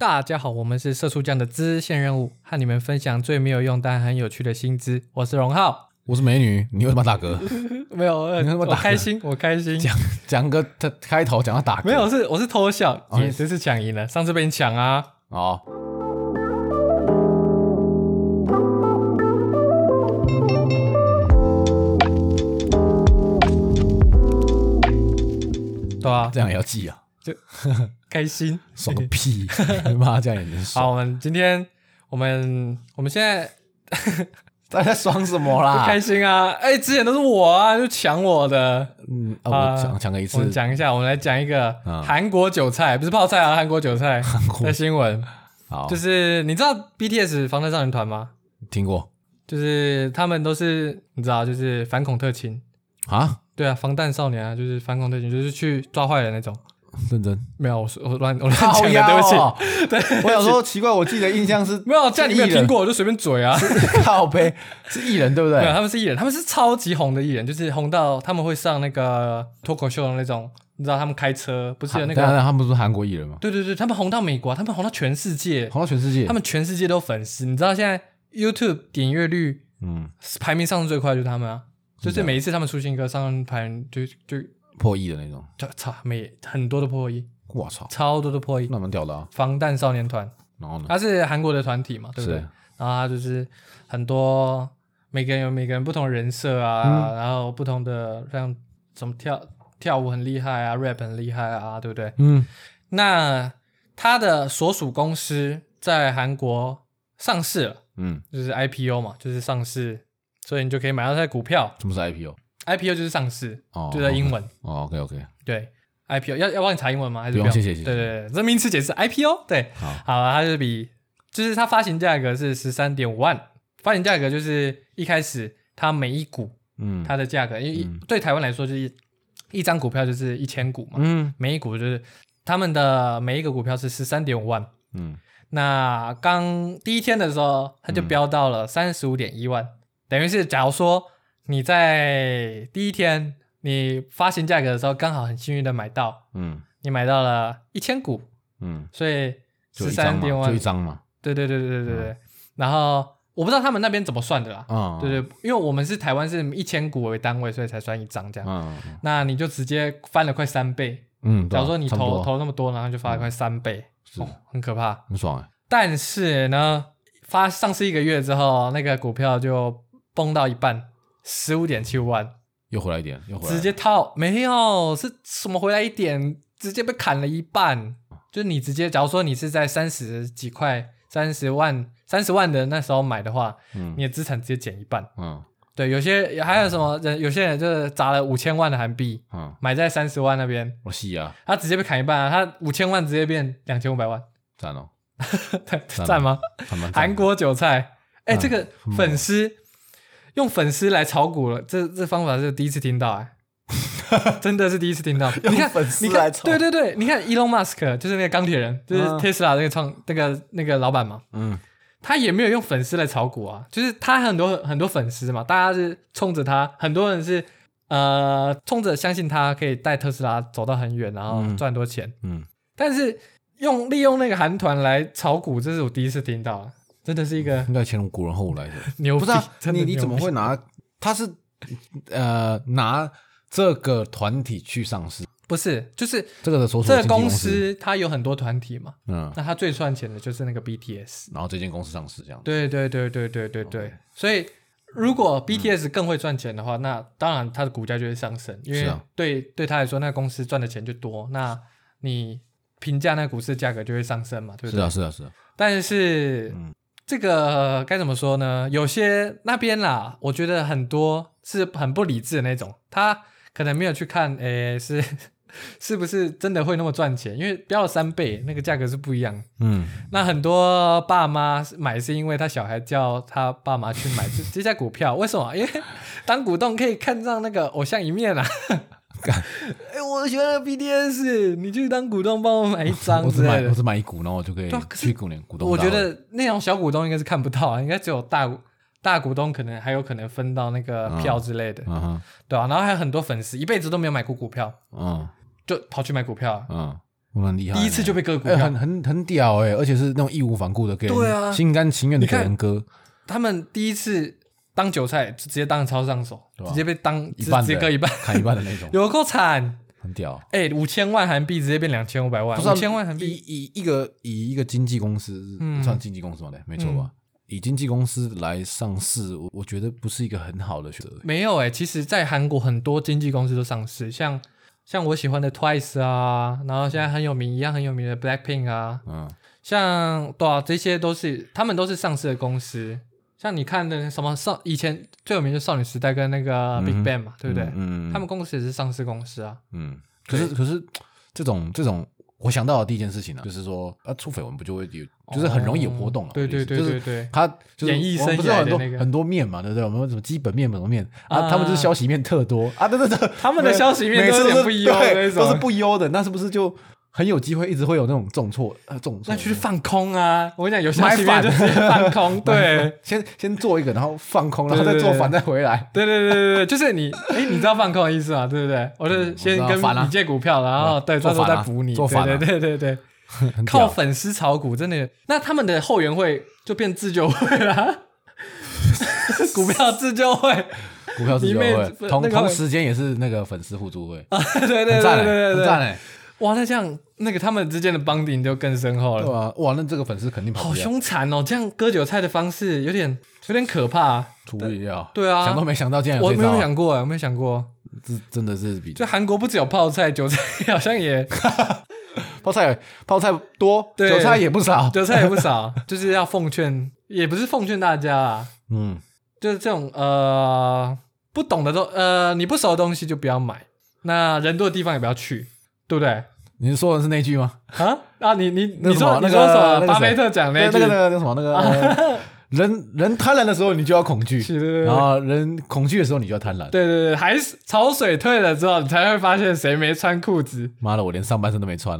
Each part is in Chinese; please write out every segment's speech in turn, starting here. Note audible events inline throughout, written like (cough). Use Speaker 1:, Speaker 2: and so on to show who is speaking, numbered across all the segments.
Speaker 1: 大家好，我们是社畜酱的支线任务，和你们分享最没有用但很有趣的新知。我是荣浩，
Speaker 2: 我是美女，你为什么要打嗝？
Speaker 1: (laughs) 没有，呃
Speaker 2: 你他妈
Speaker 1: 我
Speaker 2: 打嗝
Speaker 1: 开心，我开心，
Speaker 2: 讲讲个他开头讲到打嗝，
Speaker 1: 没有是我是偷笑，
Speaker 2: 哦
Speaker 1: 也只是抢赢了，上次被你抢啊。
Speaker 2: 哦。
Speaker 1: 对啊，
Speaker 2: 这样也要记啊，
Speaker 1: 开心。
Speaker 2: 爽个屁！
Speaker 1: (laughs)
Speaker 2: 妈，这样也能爽？
Speaker 1: 好，我们今天我们我们现在
Speaker 2: 大家爽什么
Speaker 1: 不
Speaker 2: 啦
Speaker 1: 开？心啊！哎、之前都是我啊，就抢我的。
Speaker 2: 嗯，
Speaker 1: 啊
Speaker 2: 啊，我讲讲个一
Speaker 1: 我
Speaker 2: 次
Speaker 1: 们，讲一下，我们来讲一个
Speaker 2: 嗯
Speaker 1: 韩国韭菜，不是泡菜啊，韩国韭菜
Speaker 2: 国
Speaker 1: 的新闻，
Speaker 2: 好，
Speaker 1: 就
Speaker 2: 就是
Speaker 1: 是你知道 BTS 防弹少年团吗？
Speaker 2: 听过
Speaker 1: 就是他们都是你知道，就是反恐特勤，
Speaker 2: 啊，
Speaker 1: 对啊，防弹少年啊，就是反恐特勤，就是去抓坏人那种。
Speaker 2: 认真。
Speaker 1: 没有，我说我乱我乱
Speaker 2: 好
Speaker 1: 讲的，
Speaker 2: 呀
Speaker 1: 对不
Speaker 2: 哦
Speaker 1: 起， (laughs) 对，
Speaker 2: 我想说奇怪，我记得印象是
Speaker 1: 啊没有，既然你没有
Speaker 2: 是艺人
Speaker 1: 听过，我就随便嘴啊。
Speaker 2: (laughs) 靠背是艺人对不
Speaker 1: 没有，
Speaker 2: 对？
Speaker 1: 他们是艺人，他们是超级红的艺人，就是红到他们会上那个脱口秀的那种，你知道他们开车不是有那
Speaker 2: 当
Speaker 1: 个？
Speaker 2: 然他们不是韩国艺人吗？
Speaker 1: 对对对，他们红到美国啊，他们红到全世界，
Speaker 2: 红到全世界
Speaker 1: 他。们全世界都有粉丝。你知道现在 YouTube 点阅率
Speaker 2: 嗯，
Speaker 1: 排名上升最快就是他们啊，就是
Speaker 2: 真的
Speaker 1: 每一次他们出新歌上排名就就
Speaker 2: 破亿的那种。
Speaker 1: 就操每很多的破亿，
Speaker 2: 我操，
Speaker 1: 超多的破亿。
Speaker 2: 那蛮屌的啊。
Speaker 1: 防弹少年团，
Speaker 2: 然后呢？
Speaker 1: 它是韩国的团体啊嘛，对不对？
Speaker 2: 是
Speaker 1: 然后它就是很多每个人有每个人不同的人设啊，然后不同的像什么跳跳舞很厉害啊，rap 很厉害啊，对不对？
Speaker 2: 嗯，
Speaker 1: 那它的所属公司在韩国上市了，
Speaker 2: 嗯，
Speaker 1: 就是 IPO 嘛，就是上市，所以你就可以买到它的股票。
Speaker 2: 什么是 IPO？
Speaker 1: IPO 就是上市，
Speaker 2: 哦，
Speaker 1: 就在英文。
Speaker 2: 哦，OK OK，
Speaker 1: 对，IPO 要要帮你查英文吗？还是
Speaker 2: 不用谢谢谢谢
Speaker 1: 对对对，这名词解释 IPO 对，
Speaker 2: 好
Speaker 1: 啊，它就是比就是它发行价格是十三点五万，发行价格就是一开始它每一股
Speaker 2: 嗯，
Speaker 1: 它的价格，因为一、
Speaker 2: 嗯
Speaker 1: 对台湾来说就是一一张股票就是一千股嘛，
Speaker 2: 嗯
Speaker 1: 每一股就是他们的每一个股票是十三点五万。
Speaker 2: 嗯，
Speaker 1: 那刚第一天的时候，它就飙到了三十五点一万，等于是假如说你在第一天你发行价格的时候，刚好很幸运的买到，
Speaker 2: 嗯
Speaker 1: 你买到了一千股，
Speaker 2: 嗯，
Speaker 1: 所以
Speaker 2: 就
Speaker 1: 十
Speaker 2: 一张
Speaker 1: 三点
Speaker 2: 嘛，就
Speaker 1: 万
Speaker 2: 一，张嗯嘛，
Speaker 1: 对对对对对对对。然后我不知道他们那边怎么算的啦，
Speaker 2: 嗯，
Speaker 1: 对对，因为我们是台湾是一千股为单位，所以才算一张这样。
Speaker 2: 嗯，嗯
Speaker 1: 那你就直接翻了快三倍，
Speaker 2: 嗯，
Speaker 1: 假如说你
Speaker 2: 差不
Speaker 1: 投
Speaker 2: 多嗯
Speaker 1: 投那么多，然后就发了快三倍，
Speaker 2: 是
Speaker 1: 哦很可怕。
Speaker 2: 很爽哎，
Speaker 1: 但是呢，发上市一个月之后，那个股票就崩到一半，十五点七万，
Speaker 2: 又回来一点，又回来，
Speaker 1: 直接套没有是什么回来一点，直接被砍了一半。就你直接，假如说你是在三十几块、三十万、三十万的那时候买的话，
Speaker 2: 嗯
Speaker 1: 你的资产直接减一半。
Speaker 2: 嗯
Speaker 1: 对，有些还有什么人，有些人就是砸了五千万的韩币，
Speaker 2: 嗯，
Speaker 1: 买在三十万那边，
Speaker 2: 我吸啊，
Speaker 1: 他直接被砍一半啊，他五千万直接变两千五百万， (laughs)
Speaker 2: 赞哦，
Speaker 1: 赞吗？
Speaker 2: 还蛮赞的
Speaker 1: 韩国韭菜，哎、
Speaker 2: 嗯
Speaker 1: 这个
Speaker 2: 很
Speaker 1: 粉
Speaker 2: 猛
Speaker 1: 丝用粉丝来炒股了，这这方法是第一次听到哎、真的是第一次
Speaker 2: (laughs)
Speaker 1: 听到。你看，
Speaker 2: 粉丝
Speaker 1: 你看
Speaker 2: 来，炒
Speaker 1: 对对对，你看 Elon Musk 就是那个钢铁人，就是
Speaker 2: 嗯
Speaker 1: Tesla 那个创那个那个老板嘛，
Speaker 2: 嗯
Speaker 1: 他也没有用粉丝来炒股啊，就是他很多很多粉丝嘛，大家是冲着他，很多人是呃冲着相信他可以带特斯拉走到很远，然后
Speaker 2: 嗯
Speaker 1: 赚很多钱，
Speaker 2: 嗯，
Speaker 1: 但是用利用那个韩团来炒股，这是我第一次听到啊，真的是一个
Speaker 2: 应该前无古人后无来者，
Speaker 1: 牛
Speaker 2: 不
Speaker 1: 逼！
Speaker 2: 是啊，
Speaker 1: (laughs) 真的
Speaker 2: 你你
Speaker 1: 牛
Speaker 2: 怎么
Speaker 1: 逼
Speaker 2: 会拿？他是呃拿这个团体去上市，
Speaker 1: 不是？就是
Speaker 2: 这个的所属
Speaker 1: 这
Speaker 2: 的
Speaker 1: 个
Speaker 2: 经纪
Speaker 1: 公
Speaker 2: 公，
Speaker 1: 司它有很多团体嘛，
Speaker 2: 嗯，
Speaker 1: 那它最赚钱的就是那个 BTS。
Speaker 2: 然后这间公司上市这样，
Speaker 1: 对对对对对对对，所以。如果 BTS 更会赚钱的话，那当然它的股价就会上升，因
Speaker 2: 是
Speaker 1: 为
Speaker 2: 啊
Speaker 1: 对对他来说，那个公司赚的钱就多，那你评价那个股市的价格就会上升嘛，对不
Speaker 2: 是
Speaker 1: 对？
Speaker 2: 啊是啊是啊，
Speaker 1: 但是、
Speaker 2: 嗯
Speaker 1: 这个呃该怎么说呢？有些那边啦，我觉得很多是很不理智的那种，他可能没有去看，诶，是 (laughs) 是不是真的会那么赚钱？因为标了三倍，那个价格是不一样。
Speaker 2: 嗯
Speaker 1: 那很多爸妈是买是因为他小孩叫他爸妈去买这这家股票，为什么？因为当股东可以看上那个偶像一
Speaker 2: (laughs)
Speaker 1: 面啊。哎、我喜欢那个 BTS，你去当股东帮我买一张
Speaker 2: 我
Speaker 1: 之
Speaker 2: 只
Speaker 1: 类
Speaker 2: 买
Speaker 1: 的
Speaker 2: 我。只买一股，然后我就可以
Speaker 1: 对啊可是
Speaker 2: 去股年股东大
Speaker 1: 我觉
Speaker 2: 会。
Speaker 1: 得那种小股东应该是看不到啊，应该只有大股大股东可能还有可能分到那个票之类的，啊
Speaker 2: 嗯哼，
Speaker 1: 对啊，然后还有很多粉丝一辈子都没有买过股票，
Speaker 2: 嗯
Speaker 1: 就跑去买股票啊，
Speaker 2: 嗯，我们很厉害欸，
Speaker 1: 第一次就被割股
Speaker 2: 哎、
Speaker 1: 票
Speaker 2: 很。很很屌哎、而且是那种义无反顾的给人，
Speaker 1: 对啊
Speaker 2: 心甘情愿的
Speaker 1: 你
Speaker 2: 给
Speaker 1: 看
Speaker 2: 人割，
Speaker 1: 他们第一次当韭菜，就直接当超上手，
Speaker 2: 对啊
Speaker 1: 直接被当
Speaker 2: 一
Speaker 1: 直
Speaker 2: 半
Speaker 1: 直
Speaker 2: 的
Speaker 1: 接割一半，，
Speaker 2: 砍一半的那种
Speaker 1: (laughs) 有够惨！
Speaker 2: 很屌。
Speaker 1: 哎，五千万韩币直接变两千五百万，
Speaker 2: 不是啊
Speaker 1: 五千万韩
Speaker 2: 以
Speaker 1: 币，
Speaker 2: 以一个以一个经纪公司、
Speaker 1: 嗯
Speaker 2: 算经纪公司嘛对，没错吧？以经纪公司来上市，我我觉得不是一个很好的选择。
Speaker 1: 没有哎、其实，在韩国很多经纪公司都上市，像像我喜欢的 Twice 啊，然后现在很有名一样很有名的 Blackpink 啊，
Speaker 2: 嗯，
Speaker 1: 像对啊，这些都是他们都是上市的公司。像你看的什么少以前最有名的少女时代跟那个 Big
Speaker 2: 嗯哼
Speaker 1: Bang 嘛，对不对？
Speaker 2: 嗯，嗯
Speaker 1: 他们公司也是上市公司啊。
Speaker 2: 嗯，可是可是这种这种，我想到的第一件事情呢、就是说啊，出绯闻不就会有，就是很容易有波动了、啊
Speaker 1: 哦对对对
Speaker 2: 就是
Speaker 1: 对对
Speaker 2: 他就是
Speaker 1: 演艺
Speaker 2: 我们不是
Speaker 1: 生涯的
Speaker 2: 有很多
Speaker 1: 那个
Speaker 2: 很多面嘛，对不对？我们有什么基本面、本面
Speaker 1: 啊
Speaker 2: 啊，他们就是消息面特多啊，对对对，
Speaker 1: 他们的消息面
Speaker 2: 每次
Speaker 1: 都
Speaker 2: 都
Speaker 1: 有
Speaker 2: 是
Speaker 1: 点不一样的那
Speaker 2: 对
Speaker 1: 种
Speaker 2: 都是不优的，那是不是就很有机会一直会有那种重挫呃重挫？
Speaker 1: 那去放空啊！我跟你讲，有消息
Speaker 2: 买
Speaker 1: 面
Speaker 2: 反
Speaker 1: 就直接放
Speaker 2: (laughs)
Speaker 1: 空，对。
Speaker 2: 先先做一个，然后放空，然后
Speaker 1: 对
Speaker 2: 再
Speaker 1: 对
Speaker 2: 做
Speaker 1: 对
Speaker 2: 反再回
Speaker 1: (laughs)
Speaker 2: 来。
Speaker 1: 对对对对对，就是你，哎，你知道放空的意思吗？对不对？我就先
Speaker 2: 我知道
Speaker 1: 跟
Speaker 2: 反啊
Speaker 1: 你借股票，然后对，
Speaker 2: 做
Speaker 1: 到时候
Speaker 2: 反
Speaker 1: 再
Speaker 2: 啊
Speaker 1: 补你，
Speaker 2: 做
Speaker 1: 对
Speaker 2: 反
Speaker 1: 对
Speaker 2: 啊
Speaker 1: 对对对，
Speaker 2: 很屌
Speaker 1: 靠粉丝炒股真的，那他们的后援会就变自救会
Speaker 2: (laughs)
Speaker 1: 啦，股票自救会，
Speaker 2: 股票自
Speaker 1: 里
Speaker 2: 由
Speaker 1: 面
Speaker 2: 会啊
Speaker 1: 不，
Speaker 2: 同
Speaker 1: 那个
Speaker 2: 同
Speaker 1: 会
Speaker 2: 时间也是那个粉丝互助会，
Speaker 1: 啊对对对
Speaker 2: 很
Speaker 1: 对
Speaker 2: 赞欸
Speaker 1: 对
Speaker 2: 很
Speaker 1: 对
Speaker 2: 赞
Speaker 1: 对，
Speaker 2: 哎。
Speaker 1: 哇，那这样那个他们之间的帮顶就更深厚
Speaker 2: 对
Speaker 1: 了，
Speaker 2: 啊，哇，那这个粉丝肯定跑不
Speaker 1: 好
Speaker 2: 掉，
Speaker 1: 凶残哦！这样割韭菜的方式有点有点可怕啊，
Speaker 2: 出乎意料。
Speaker 1: 对啊
Speaker 2: 想都没想到竟然
Speaker 1: 我
Speaker 2: 有这
Speaker 1: 没
Speaker 2: 招
Speaker 1: 有
Speaker 2: 啊，
Speaker 1: 想啊过哎，我没有想过，
Speaker 2: 这真的是比
Speaker 1: 就韩国不只有泡菜，韭菜 (laughs) 好像也
Speaker 2: 泡菜泡菜多，
Speaker 1: 对
Speaker 2: 韭菜也不少。
Speaker 1: 韭菜也不少，就是要奉劝，也不是奉劝大家啊，
Speaker 2: 嗯，
Speaker 1: 就是这种呃不懂的东呃你不熟的东西就不要买，那人多的地方也不要去，对不对？
Speaker 2: 你是说的是那句吗？
Speaker 1: 啊啊你你
Speaker 2: 那
Speaker 1: 你
Speaker 2: 什么
Speaker 1: 说
Speaker 2: 那
Speaker 1: 你
Speaker 2: 个
Speaker 1: 说什
Speaker 2: 那
Speaker 1: 么？
Speaker 2: 个
Speaker 1: 巴菲特
Speaker 2: 那
Speaker 1: 讲
Speaker 2: 那
Speaker 1: 一句
Speaker 2: 个那个那个什么
Speaker 1: (laughs)
Speaker 2: 那个呃人人贪婪的时候你就要恐惧，
Speaker 1: 是对对对
Speaker 2: 然后人恐惧的时候你就要贪婪。
Speaker 1: 对对对，还是潮水退了之后，你才会发现谁没穿裤子。
Speaker 2: 妈的，我连上半身都
Speaker 1: (laughs)
Speaker 2: 没穿。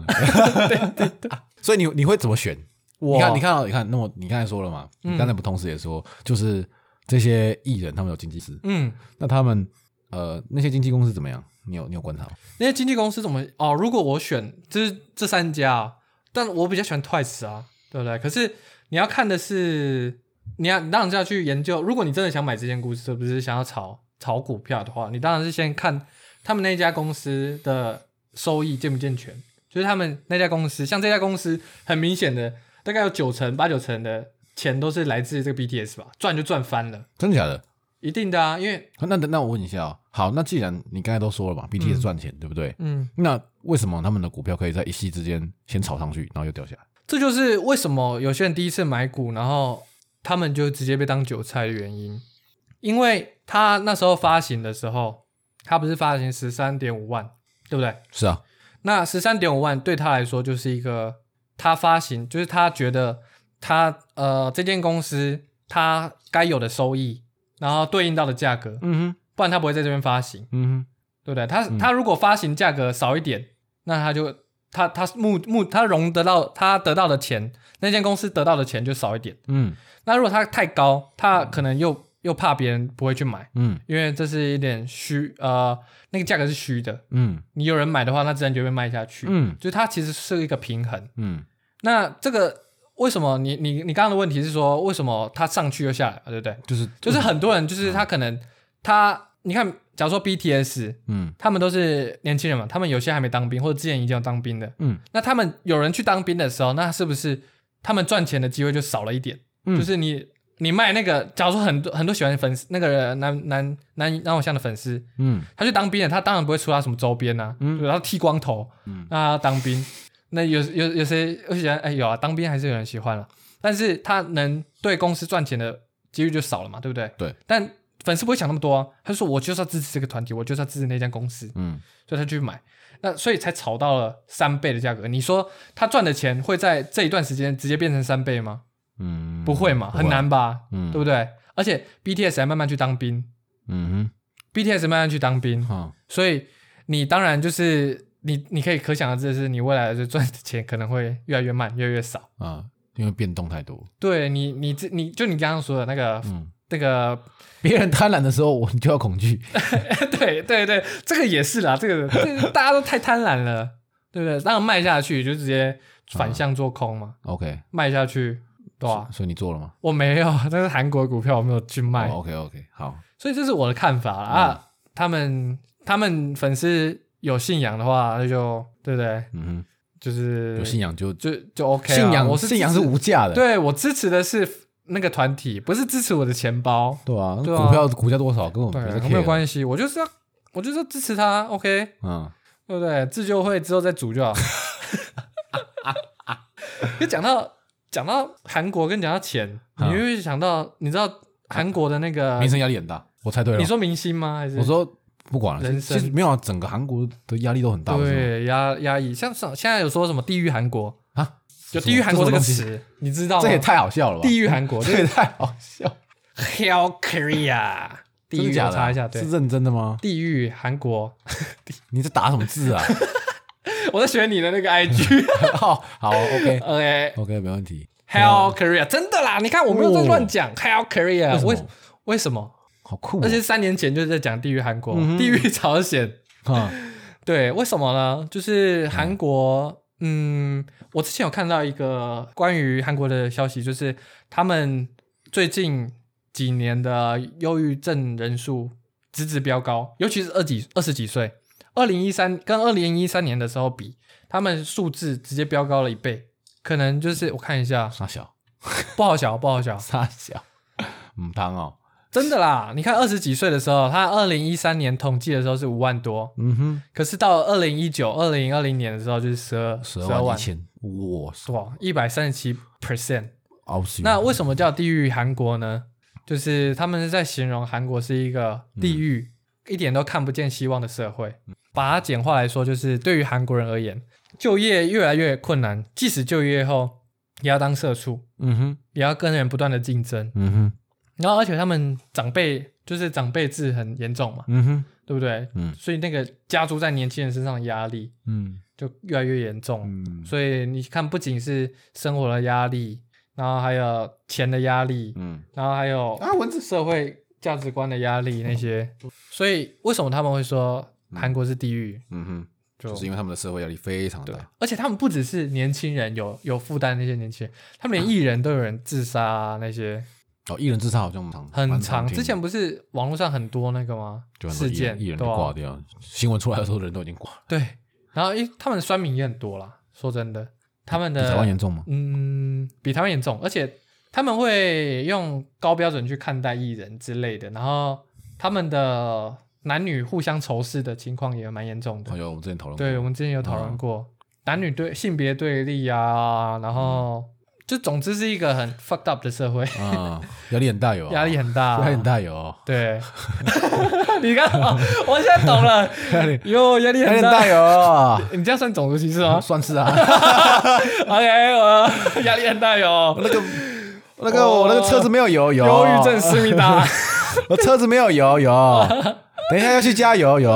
Speaker 2: (laughs) 所以你你会怎么选？
Speaker 1: 我啊嗯
Speaker 2: 你看，你看到，你看，那么你刚才说了嘛，你刚才不同时也说，就是这些艺人他们有经纪师，
Speaker 1: 嗯，
Speaker 2: 那他们呃那些经纪公司怎么样？你有你有观察吗？
Speaker 1: 那些经纪公司怎么哦？如果我选，就是这三家啊，但我比较喜欢 Twice 啊，对不对？可是你要看的是，你要让人家去研究。如果你真的想买这间公司，不是想要炒炒股票的话，你当然是先看他们那家公司的收益健不健全。就是他们那家公司，像这家公司，很明显的，大概有九成八九成的钱都是来自这个 BTS 吧，赚就赚翻了，
Speaker 2: 真的假的？
Speaker 1: 一定的啊，因为
Speaker 2: 那那那我问一下哦，好，那既然你刚才都说了嘛，BTS 赚钱、对不对？
Speaker 1: 嗯，
Speaker 2: 那为什么他们的股票可以在一夕之间先炒上去，然后又掉下来？
Speaker 1: 这就是为什么有些人第一次买股，然后他们就直接被当韭菜的原因，因为他那时候发行的时候，他不是发行十三点五万，对不对？
Speaker 2: 是啊，
Speaker 1: 那十三点五万对他来说就是一个他发行，就是他觉得他呃这间公司他该有的收益，然后对应到的价格，
Speaker 2: 嗯哼，
Speaker 1: 不然他不会在这边发行。
Speaker 2: 嗯
Speaker 1: 对不对？他他如果发行价格少一点，那他就他他募募他融得到他得到的钱，那间公司得到的钱就少一点。
Speaker 2: 哼，嗯
Speaker 1: 那如果他太高，他可能又又怕别人不会去买，
Speaker 2: 嗯
Speaker 1: 因为这是一点虚呃那个价格是虚的，
Speaker 2: 嗯
Speaker 1: 你有人买的话，那自然就会卖下去。
Speaker 2: 嗯
Speaker 1: 就它其实是一个平衡。
Speaker 2: 嗯，
Speaker 1: 那这个为什么你你你刚刚的问题是说为什么它上去又下来嘛，对不对？
Speaker 2: 就是
Speaker 1: 就是很多人就是他可能他你看，假如说 BTS，
Speaker 2: 嗯
Speaker 1: 他们都是年轻人嘛，他们有些还没当兵，或者之前已经有当兵的。
Speaker 2: 嗯
Speaker 1: 那他们有人去当兵的时候，那是不是他们赚钱的机会就少了一点？
Speaker 2: 嗯
Speaker 1: 就是你你卖那个，假如说很多很多喜欢粉丝那个男男男男偶像的粉丝，
Speaker 2: 嗯
Speaker 1: 他去当兵了，他当然不会出他什么周边啊呐、
Speaker 2: 嗯
Speaker 1: 对然后剃光头，
Speaker 2: 嗯
Speaker 1: 那他当兵，那有有有谁有些人哎有啊，当兵还是有人喜欢了、但是他能对公司赚钱的几率就少了嘛，对不对？
Speaker 2: 对。
Speaker 1: 但粉丝不会想那么多啊，他就说我就是要支持这个团体，我就是要支持那家公司，
Speaker 2: 嗯
Speaker 1: 所以他就去买，那所以才炒到了三倍的价格。你说他赚的钱会在这一段时间直接变成三倍吗？
Speaker 2: 嗯，
Speaker 1: 不会嘛，很难，吧，
Speaker 2: 嗯，
Speaker 1: 对不对？而且 BTS 还慢慢去当兵
Speaker 2: 嗯
Speaker 1: ，BTS 慢慢去当兵
Speaker 2: 哼，，好，
Speaker 1: 所以你当然就是你，你可以可想而知的是，你未来的赚的钱可能会越来越慢，越来越少。
Speaker 2: 啊，因为变动太多，
Speaker 1: 对你，你这你就你刚刚说的那个、 (laughs)
Speaker 2: 嗯，
Speaker 1: 那个，
Speaker 2: 别人贪婪的时候，我 (laughs) 就
Speaker 1: (laughs)
Speaker 2: 要恐惧，
Speaker 1: 对对对，这个也是啦，这个这个大家都太贪婪了。对不对？当然卖下去就直接反向做空嘛， (laughs)
Speaker 2: OK，
Speaker 1: 卖下去，对吧、
Speaker 2: 所以你做了吗？
Speaker 1: 我没有， (laughs) 但是韩国股票我没有去卖，
Speaker 2: o k OK，好，
Speaker 1: 所以这是我的看法
Speaker 2: 嗯
Speaker 1: 啦。啊。他们他们粉丝有信仰的话，那就对不对？
Speaker 2: 嗯
Speaker 1: 就是
Speaker 2: 哼，有信仰就
Speaker 1: 就就 OK 啦。
Speaker 2: 信仰，
Speaker 1: 我是
Speaker 2: 信仰是
Speaker 1: 支持
Speaker 2: 无价的，
Speaker 1: 对我支持的是那个团体，不是支持我的钱包。
Speaker 2: 对啊，
Speaker 1: 对啊
Speaker 2: 股票股价多少跟我
Speaker 1: 对
Speaker 2: 们不是，
Speaker 1: 没有
Speaker 2: care
Speaker 1: 关系，我就是要我就是要支持他，OK，
Speaker 2: 嗯，
Speaker 1: 对不对？自救会之后再组就好。 (laughs) 就讲到讲到韩国跟讲到钱，你
Speaker 2: 啊
Speaker 1: 会想到你知道韩国的那个
Speaker 2: 民生压力很大，我猜对了。
Speaker 1: 你说明星吗？还是
Speaker 2: 我说不管了，
Speaker 1: 人
Speaker 2: 其实其实
Speaker 1: 生
Speaker 2: 没有啊，整个韩国的压力都很大，不是吗
Speaker 1: 对压压抑，像上现在有说什么地狱韩国，
Speaker 2: 啊，
Speaker 1: 有
Speaker 2: 什么
Speaker 1: 地狱韩国这个
Speaker 2: 这什么东西
Speaker 1: 词，你知道吗？
Speaker 2: 这也太好笑了吧？
Speaker 1: 地狱韩国，就
Speaker 2: 这 (laughs)
Speaker 1: 是
Speaker 2: 也太好笑，
Speaker 1: Hell Korea，地
Speaker 2: (laughs) 真
Speaker 1: 狱
Speaker 2: 的假
Speaker 1: 我
Speaker 2: 的啊？
Speaker 1: 查一下，对
Speaker 2: 是，认真的吗？
Speaker 1: 地狱韩国， (laughs)
Speaker 2: 你在打什么字啊？ (laughs)
Speaker 1: 我在学你的那个 IG，OK，
Speaker 2: 好好，OK OK，没问题。
Speaker 1: Hell Korea，真的啦！你看我没有在乱讲、Hell Korea，
Speaker 2: 哦为
Speaker 1: 啊为
Speaker 2: 什么
Speaker 1: 为什么？
Speaker 2: 好酷哦，
Speaker 1: 而且三年前就在讲地狱韩国、
Speaker 2: 嗯哼
Speaker 1: 地狱朝鲜，
Speaker 2: 啊，
Speaker 1: 对，为什么呢？就是韩国，嗯，我之前有看到一个关于韩国的消息，就是他们最近几年的忧郁症人数直直飙高，尤其是二几二十几岁，二零一三跟二零一三年的时候比，他们数字直接飙高了一倍，可能就是我看一下，
Speaker 2: 傻小
Speaker 1: 不好想，不好想。
Speaker 2: 傻小，嗯，汤哦，
Speaker 1: 真的啦，你看二十几岁的时候，他二零一三年统计的时候是五万多，
Speaker 2: 嗯哼，
Speaker 1: 可是到二零一九、二零二零年的时候就是十二
Speaker 2: 十
Speaker 1: 12
Speaker 2: 二万
Speaker 1: 万
Speaker 2: 一，千，哇塞，
Speaker 1: 哇，一百三十七 percent。
Speaker 2: 奥斯
Speaker 1: 那为什么叫地狱韩国呢？就是他们是在形容韩国是一个地狱，一点都看不见希望的社会。把它简化来说，就是对于韩国人而言，就业越来越困难，即使就业后，也要当社畜，
Speaker 2: 嗯哼，
Speaker 1: 也要跟人不断的竞争。
Speaker 2: 嗯哼，
Speaker 1: 然后，而且他们长辈就是长辈制很严重嘛，
Speaker 2: 嗯哼，
Speaker 1: 对不对？
Speaker 2: 嗯
Speaker 1: 所以那个加诸在年轻人身上的压力
Speaker 2: 嗯
Speaker 1: 就越来越严重。
Speaker 2: 嗯，
Speaker 1: 所以你看，不仅是生活的压力，然后还有钱的压力，
Speaker 2: 嗯
Speaker 1: 然后还有
Speaker 2: 啊，嗯蚊子，
Speaker 1: 社会价值观的压力那些。 (laughs) 所以为什么他们会说韩国是地狱？
Speaker 2: 嗯哼，
Speaker 1: 就
Speaker 2: 就是因为啊他们的社会压力非常
Speaker 1: 对
Speaker 2: 大，，
Speaker 1: 而且他们不只是年轻人有有负担，那些年轻人，他们连艺人都有人自杀、啊、那些，
Speaker 2: 哦，一人自杀好像蛮常
Speaker 1: 很
Speaker 2: 蛮
Speaker 1: 长。
Speaker 2: 听
Speaker 1: 之
Speaker 2: 的
Speaker 1: 前不是网络上很多那个吗？
Speaker 2: 就很多
Speaker 1: 事
Speaker 2: 艺
Speaker 1: 件
Speaker 2: 人艺人
Speaker 1: 对啊
Speaker 2: 就
Speaker 1: 吧
Speaker 2: 挂掉，新闻出来的时候人都已经挂了，
Speaker 1: 对，然后因为他们的酸民也很多啦，说真的，他们
Speaker 2: 比
Speaker 1: 的
Speaker 2: 台湾严重吗？
Speaker 1: 嗯比台湾严重，而且他们会用高标准去看待艺人之类的，然后他们的男女互相仇视的情况也蛮严重的
Speaker 2: 好。像我们之前讨论过，
Speaker 1: 对，我们之前有讨论过、
Speaker 2: 嗯
Speaker 1: 男女对性别对立啊，然后、就总之是一个很 fucked up 的社会，
Speaker 2: 啊，压力很大
Speaker 1: (laughs)
Speaker 2: 有，
Speaker 1: 压力很大，
Speaker 2: 压力很。大有，
Speaker 1: 对，你看，哦我现在懂了，哟，压力
Speaker 2: (laughs) 压力
Speaker 1: 很
Speaker 2: 很
Speaker 1: 大
Speaker 2: 大有，
Speaker 1: 你这样算种族歧视吗
Speaker 2: 算
Speaker 1: (laughs)
Speaker 2: 是啊，
Speaker 1: ？OK，我压力很大哟。
Speaker 2: 那个那个我那个车子没有油，有
Speaker 1: 哦忧郁症，思密达，
Speaker 2: 我车子没有油，有，
Speaker 1: (laughs)
Speaker 2: 等一下要去加油，有，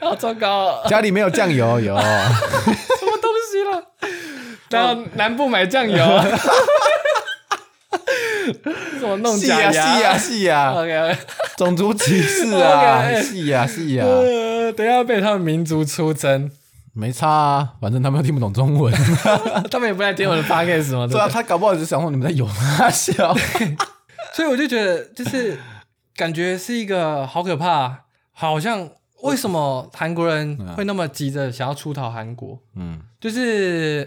Speaker 1: 好糟糕，
Speaker 2: 家里没有酱
Speaker 1: (laughs)
Speaker 2: 油，有，
Speaker 1: 什么东西 (laughs) 了？到南部买酱 (laughs) 油啊，怎么弄
Speaker 2: 是
Speaker 1: 假
Speaker 2: 呀
Speaker 1: 牙？
Speaker 2: 是呀是呀，
Speaker 1: (laughs) OK，
Speaker 2: 种族歧视
Speaker 1: (laughs)
Speaker 2: 啊，
Speaker 1: 哦 OK 哎
Speaker 2: 是呀是呀，
Speaker 1: 呃，等一下被他们民族出征，
Speaker 2: 没差啊，反正他们又听不懂中文，
Speaker 1: (laughs) 他们也不来听我的 podcast 嘛，对不
Speaker 2: 对啊，
Speaker 1: 对？
Speaker 2: 他搞不好只是想说你们在有他
Speaker 1: (laughs)
Speaker 2: 笑，
Speaker 1: 所以我就觉得，就是感觉是一个好可怕，好像为什么韩国人会那么急着想要出逃韩国？
Speaker 2: 嗯，
Speaker 1: 就是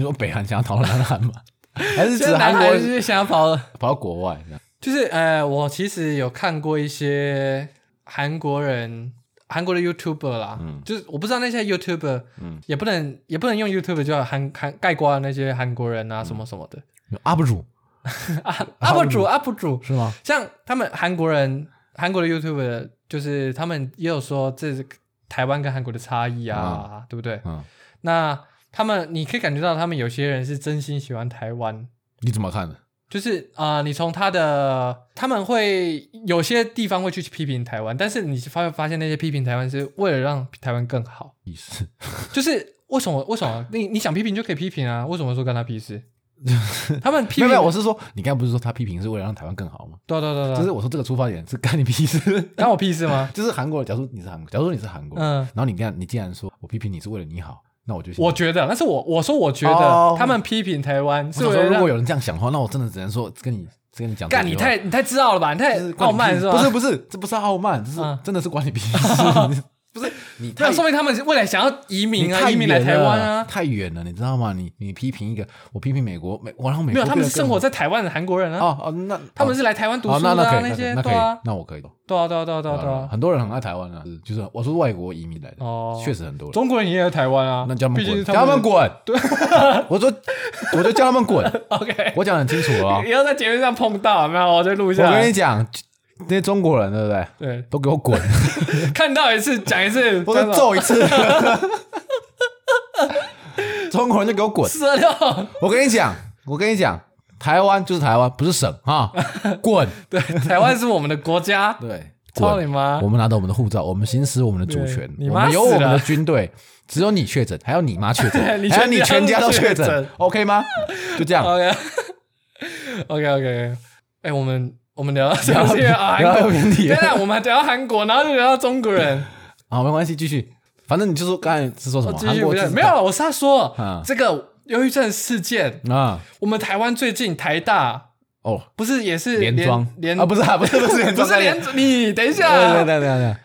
Speaker 1: 嗯，
Speaker 2: 说北韩想要逃南韩
Speaker 1: (laughs)
Speaker 2: 吗？还是
Speaker 1: 就是
Speaker 2: 指
Speaker 1: 男
Speaker 2: 韩
Speaker 1: 孩
Speaker 2: 国
Speaker 1: 就是想要跑，
Speaker 2: 跑到国外这样？
Speaker 1: 就是呃，我其实有看过一些韩国人。韩国的 YouTuber 啦，
Speaker 2: 嗯
Speaker 1: 就是我不知道那些 YouTuber，、
Speaker 2: 嗯
Speaker 1: 也不能也不能用 YouTuber 就韩韩盖瓜那些韩国
Speaker 2: 嗯
Speaker 1: 人啊什么什么
Speaker 2: (laughs)
Speaker 1: 的，
Speaker 2: 有 UP 主
Speaker 1: 啊 UP 主 UP 主，
Speaker 2: 是吗？
Speaker 1: 像他们韩国人，韩国的 YouTube 就是他们也有说这是台湾跟韩国的差异啊，对不对？
Speaker 2: 嗯，
Speaker 1: 那他们你可以感觉到，他们有些人是真心喜欢台湾，
Speaker 2: 你怎么看的？
Speaker 1: 就是啊，你从他的他们会有些地方会去批评台湾，但是你发发现那些批评台湾是为了让台湾更好，
Speaker 2: 意思？ (laughs)
Speaker 1: 就是为什么为什么你你想批评就可以批评啊？为什么说跟他屁事？他们批
Speaker 2: 没
Speaker 1: 评
Speaker 2: 有没有，我是说，你刚才不是说他批评是为了让台湾更好吗？
Speaker 1: 对对啊对
Speaker 2: 就
Speaker 1: 对
Speaker 2: 是
Speaker 1: 对，
Speaker 2: 我说这个出发点是干你屁
Speaker 1: (laughs)
Speaker 2: 事。
Speaker 1: 关我屁事吗？
Speaker 2: 就是韩国，假如你是韩国，假如说你是韩国，
Speaker 1: 嗯
Speaker 2: 然后你这样，你竟然说我批评你是为了你好，那我就
Speaker 1: 我觉得，但是我我说我觉
Speaker 2: 哦
Speaker 1: 得他们批评台湾
Speaker 2: 我
Speaker 1: 是
Speaker 2: 想
Speaker 1: 为
Speaker 2: 说，
Speaker 1: 了
Speaker 2: 如
Speaker 1: 让
Speaker 2: 果有人这样想的话，那我真的只能说跟你跟你讲这句话，
Speaker 1: 干你太你太知道了吧，你太
Speaker 2: 就是关
Speaker 1: 傲
Speaker 2: 你屁
Speaker 1: 慢
Speaker 2: 事
Speaker 1: 是吧？
Speaker 2: 不是不是，这不是傲慢，这是、
Speaker 1: 嗯
Speaker 2: 真的是关你屁
Speaker 1: (laughs)
Speaker 2: 事。不是你太
Speaker 1: 那说明他们是未来想要移
Speaker 2: 你
Speaker 1: 民啊，
Speaker 2: 太
Speaker 1: 移民来
Speaker 2: 远
Speaker 1: 台
Speaker 2: 了
Speaker 1: 湾啊。
Speaker 2: 太远了，你知道吗？你你批评一个，我批评美国，美我让美
Speaker 1: 没
Speaker 2: 国
Speaker 1: 有，他们
Speaker 2: 变
Speaker 1: 是
Speaker 2: 得
Speaker 1: 生
Speaker 2: 更
Speaker 1: 活
Speaker 2: 好
Speaker 1: 在台湾的韩国人啊，
Speaker 2: 哦哦，那
Speaker 1: 他们
Speaker 2: 哦
Speaker 1: 是来台湾读
Speaker 2: 哦
Speaker 1: 书
Speaker 2: 那
Speaker 1: 的
Speaker 2: 那
Speaker 1: 啊，
Speaker 2: 可以
Speaker 1: 些
Speaker 2: 那可
Speaker 1: 对啊
Speaker 2: 以，，那我可以懂。
Speaker 1: 对啊，对啊，对啊，对啊，对啊。
Speaker 2: 很多人很爱台湾啊，就是就是我说外国移民来的，
Speaker 1: 哦
Speaker 2: 确实很多人。
Speaker 1: 中国人也有台湾啊，
Speaker 2: 那叫他
Speaker 1: 毕竟
Speaker 2: 们滚，
Speaker 1: 是
Speaker 2: 叫他们
Speaker 1: 们的。
Speaker 2: 滚！对， (laughs) 我说，我就叫他们滚。
Speaker 1: (laughs) OK，
Speaker 2: 我讲得很清楚了
Speaker 1: (laughs)
Speaker 2: 啊，
Speaker 1: 以后在节目上碰到，有没有？我再录一下
Speaker 2: 我跟
Speaker 1: 来。
Speaker 2: 你讲，那些中国人对不对？
Speaker 1: 对，
Speaker 2: 都给
Speaker 1: (laughs)
Speaker 2: 我滚，
Speaker 1: 看到一次讲一
Speaker 2: (laughs)
Speaker 1: 次，
Speaker 2: 或者揍一次。中国人就给我滚！
Speaker 1: 死了。
Speaker 2: 我跟你讲，我跟你讲，台湾就是台湾，不是省
Speaker 1: (laughs)
Speaker 2: 啊，滚！
Speaker 1: (laughs) 对，台湾是我们的国
Speaker 2: (laughs)
Speaker 1: 家，
Speaker 2: 对，
Speaker 1: 操你
Speaker 2: 滚！
Speaker 1: 妈！
Speaker 2: 我们拿着我们的护照，我们行使我们的主权
Speaker 1: 对，你
Speaker 2: 我
Speaker 1: 妈
Speaker 2: 们有
Speaker 1: 死
Speaker 2: 我们的
Speaker 1: 了
Speaker 2: 军队，只有你确诊，还有你
Speaker 1: (laughs)
Speaker 2: 妈确诊
Speaker 1: 你，
Speaker 2: 还有
Speaker 1: 全
Speaker 2: 你
Speaker 1: 家
Speaker 2: 全
Speaker 1: 都
Speaker 2: 家都确
Speaker 1: 确
Speaker 2: 诊
Speaker 1: 诊哦
Speaker 2: ，OK 吗？就这样，
Speaker 1: OK (laughs) OK OK，哎，我们我们聊到这
Speaker 2: 聊到
Speaker 1: 是因为 (laughs) 啊，
Speaker 2: 聊
Speaker 1: 韩
Speaker 2: 到
Speaker 1: 国，
Speaker 2: 偏题
Speaker 1: 对
Speaker 2: 了
Speaker 1: 啊，我们还聊到韩国，然后就聊到中国
Speaker 2: (laughs)
Speaker 1: 人，
Speaker 2: 好，没关系，继续。反正你就说刚才是说什
Speaker 1: 我
Speaker 2: 么？啊
Speaker 1: 继
Speaker 2: 韩
Speaker 1: 续
Speaker 2: 国
Speaker 1: 不
Speaker 2: 自
Speaker 1: 是
Speaker 2: 己
Speaker 1: 没有了，我是要说
Speaker 2: 嗯
Speaker 1: 这个忧郁症事件，
Speaker 2: 啊？
Speaker 1: 我们台湾最近台大
Speaker 2: 哦，
Speaker 1: 不是也是
Speaker 2: 连庄
Speaker 1: 连
Speaker 2: 啊，不是啊，不是不是连
Speaker 1: 不
Speaker 2: 庄，
Speaker 1: 是连你等一
Speaker 2: 对对对
Speaker 1: 下，
Speaker 2: 对对对。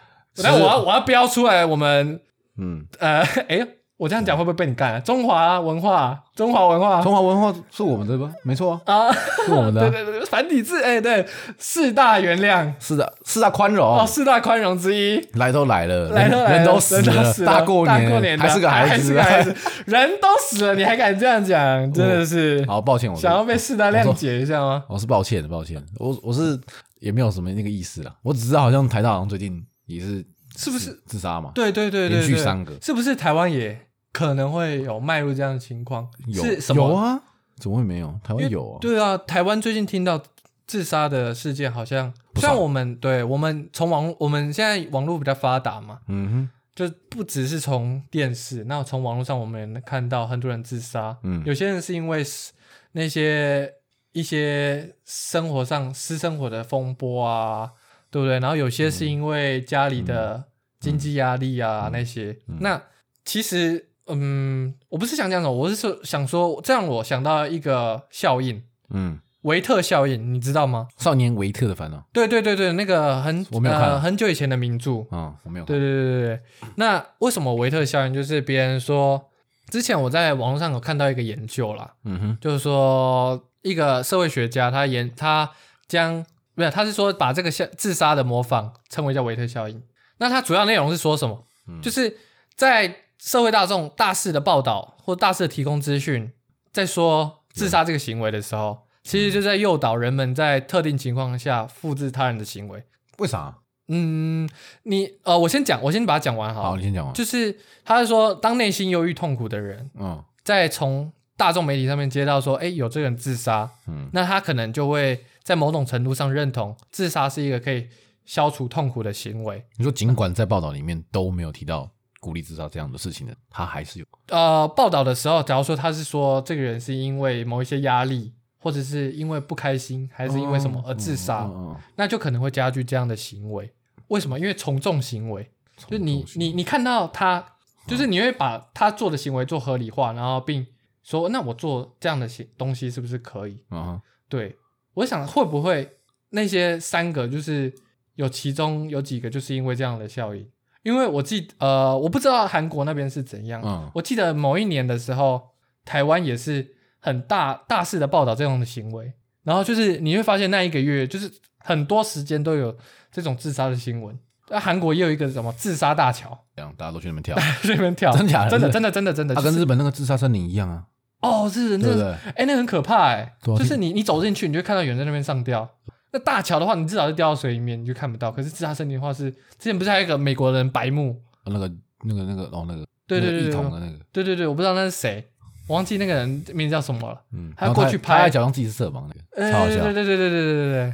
Speaker 1: 然后我要
Speaker 2: 是
Speaker 1: 我要标出来我们
Speaker 2: 嗯，
Speaker 1: 呃， (laughs) 哎，我这样讲会不会被你干啊？中华文化，中华文化
Speaker 2: 中华文化是我们的吧？没错啊，
Speaker 1: 啊。 (laughs)
Speaker 2: 是我们的
Speaker 1: 对
Speaker 2: 啊。
Speaker 1: 对对，繁体字，哎、对，四大原谅
Speaker 2: 是的，四大宽
Speaker 1: 哦，
Speaker 2: 容，
Speaker 1: 四大宽容之一。
Speaker 2: 来都来了，
Speaker 1: 来都来了
Speaker 2: 人都死
Speaker 1: 人
Speaker 2: 了，大过
Speaker 1: 大过年的啊
Speaker 2: 还是个孩
Speaker 1: 还是
Speaker 2: 子啊
Speaker 1: 个，孩子，
Speaker 2: (laughs)
Speaker 1: 人都死了，你还敢这样讲，真的是
Speaker 2: 哦好，抱歉，我
Speaker 1: 想要被四大谅解一下吗？
Speaker 2: 我是抱歉的，抱歉，我我是也没有什么那个意思了，我只知道好像台大好像最近也是
Speaker 1: 是不是？
Speaker 2: 自杀嘛？，
Speaker 1: 对对对对
Speaker 2: 连续
Speaker 1: 对
Speaker 2: 三个
Speaker 1: 是不是台湾也可能会有迈入这样的情况？
Speaker 2: 有
Speaker 1: 是什么？
Speaker 2: 有啊，怎么会没有？台
Speaker 1: 因
Speaker 2: 湾
Speaker 1: 为
Speaker 2: 有啊，
Speaker 1: 对啊，台湾最近听到自杀的事件好像，
Speaker 2: 不
Speaker 1: 虽然
Speaker 2: 少
Speaker 1: 我们对我们从网我们现在网络比较发达嘛，
Speaker 2: 嗯哼，
Speaker 1: 就不只是从电视，那从网络上我们也能看到很多人自杀，
Speaker 2: 嗯
Speaker 1: 有些人是因为是那些一些生活上私生活的风波啊，对不对？然后有些是因为家里
Speaker 2: 嗯
Speaker 1: 的经济压力啊、那些。那其实，嗯，我不是想讲什么，我是说想说，这让我想到一个效应
Speaker 2: 嗯，
Speaker 1: ——维特效应，你知道吗？
Speaker 2: 少年维特的烦恼
Speaker 1: 对对对对，那个很
Speaker 2: 我没有看
Speaker 1: 呃、很久以前的名著，
Speaker 2: 啊，我没有看，
Speaker 1: 对对对对对。那为什么维特效应？就是别人说，之前我在网络上有看到一个研究啦，
Speaker 2: 嗯哼，
Speaker 1: 就是说一个社会学家他研他将没有，他是说把这个效自杀的模仿称为叫维特效应。那它主要内容是说什么？
Speaker 2: 嗯
Speaker 1: 就是在社会大众大肆的报道或大肆的提供资讯，在说自杀这个行为的时候，其实就在诱导人们在特定情况下复制他人的行为。
Speaker 2: 为啥？
Speaker 1: 嗯，你呃，我先讲，我先把它讲完好了
Speaker 2: 好，你先讲完。
Speaker 1: 就是他是说，当内心忧郁痛苦的人，
Speaker 2: 嗯
Speaker 1: 在从大众媒体上面接到说，哎，有这个人自杀，
Speaker 2: 嗯
Speaker 1: 那他可能就会在某种程度上认同自杀是一个可以消除痛苦的行为。
Speaker 2: 你说尽管在报道里面都没有提到鼓励自杀这样的事情的，他还是有。
Speaker 1: 呃，报道的时候，假如说他是说这个人是因为某一些压力，或者是因为不开心，还是因为什么而自杀，
Speaker 2: 嗯嗯
Speaker 1: 那就可能会加剧这样的行为。为什么？因为从众行为，就是你
Speaker 2: 从众行为
Speaker 1: 你你看到他，就是你会把他做的行为做合理化，然后并说，那我做这样的行东西是不是可以？
Speaker 2: 嗯哼
Speaker 1: 对，我想会不会那些三个就是有其中有几个就是因为这样的效应？因为我记呃，我不知道韩国那边是怎样，
Speaker 2: 嗯
Speaker 1: 我记得某一年的时候，台湾也是很大大肆的报道这样的行为，然后就是你会发现那一个月就是很多时间都有这种自杀的新闻。那韩国也有一个什么自杀大桥， (laughs)
Speaker 2: 这样大家都去那边跳，
Speaker 1: 这边跳，
Speaker 2: 真假的
Speaker 1: 真的真的真的真的，
Speaker 2: 他跟
Speaker 1: 就是
Speaker 2: 日本那个自杀森林一样啊，
Speaker 1: 哦，是人
Speaker 2: 对
Speaker 1: 真
Speaker 2: 不
Speaker 1: 的是
Speaker 2: 对？
Speaker 1: 哎、那很可怕哎、
Speaker 2: 对啊
Speaker 1: 就是你你走进去，你就会看到有人在那边上吊。那大桥的话，你至少是掉到水里面，你就看不到。可是自杀身体的话是，之前不是还有一个美国人白目？
Speaker 2: 哦那个那个那个哦那个
Speaker 1: 对对
Speaker 2: 那个
Speaker 1: 对
Speaker 2: 一
Speaker 1: 对
Speaker 2: 统的那个，
Speaker 1: 对对对，我不知道那是谁，我忘记那个人名字叫什么了。
Speaker 2: 嗯，
Speaker 1: 他
Speaker 2: 然后
Speaker 1: 过去
Speaker 2: 他
Speaker 1: 拍
Speaker 2: 还假装自己是色盲那个，超好
Speaker 1: 对
Speaker 2: 笑
Speaker 1: 呃对。对对对对对对对，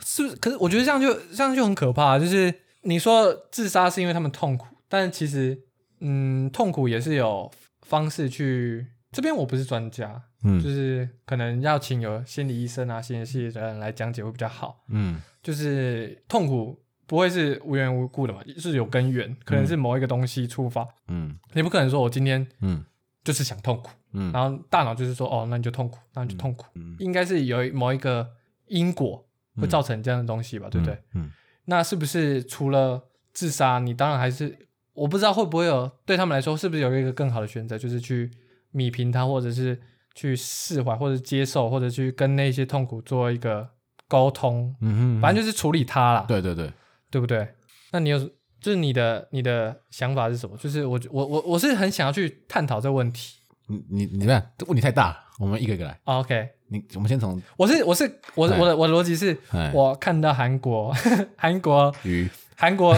Speaker 1: 是不是？可是我觉得这样就这样就很可怕。啊就是你说自杀是因为他们痛苦，但其实嗯，痛苦也是有方式去。这边我不是专家，就
Speaker 2: 嗯
Speaker 1: 是可能要请有心理医生啊、心理系的人来讲解会比较好。
Speaker 2: 嗯
Speaker 1: 就是痛苦不会是无缘无故的嘛，是有根源，可能是某一个东西触发。
Speaker 2: 嗯
Speaker 1: 你不可能说我今天
Speaker 2: 嗯
Speaker 1: 就是想痛苦，
Speaker 2: 嗯
Speaker 1: 然后大脑就是说哦，那你就痛苦，那你就痛苦，
Speaker 2: 嗯，
Speaker 1: 应该是有一某一个因果会造成这样的东西吧，对不对？
Speaker 2: 嗯？
Speaker 1: 那是不是除了自杀，你当然还是我不知道会不会有对他们来说是不是有一个更好的选择，就是去弭平它，或者是去释怀，或者接受，或者去跟那些痛苦做一个沟通，
Speaker 2: 嗯嗯嗯，
Speaker 1: 反正就是处理它啦，
Speaker 2: 对对对，
Speaker 1: 对不对？那你有就是你的你的想法是什么？就是我我我我是很想要去探讨这个问题。
Speaker 2: 你你你看，这问题太大了，我们一个一个来。
Speaker 1: 啊 OK，
Speaker 2: 你我们先从
Speaker 1: 我是我是我是
Speaker 2: 哎
Speaker 1: 我的我的逻辑是
Speaker 2: 哎，
Speaker 1: 我看到韩国 (laughs) 韩国 (laughs)
Speaker 2: 鱼，
Speaker 1: 韩
Speaker 2: (laughs)
Speaker 1: 国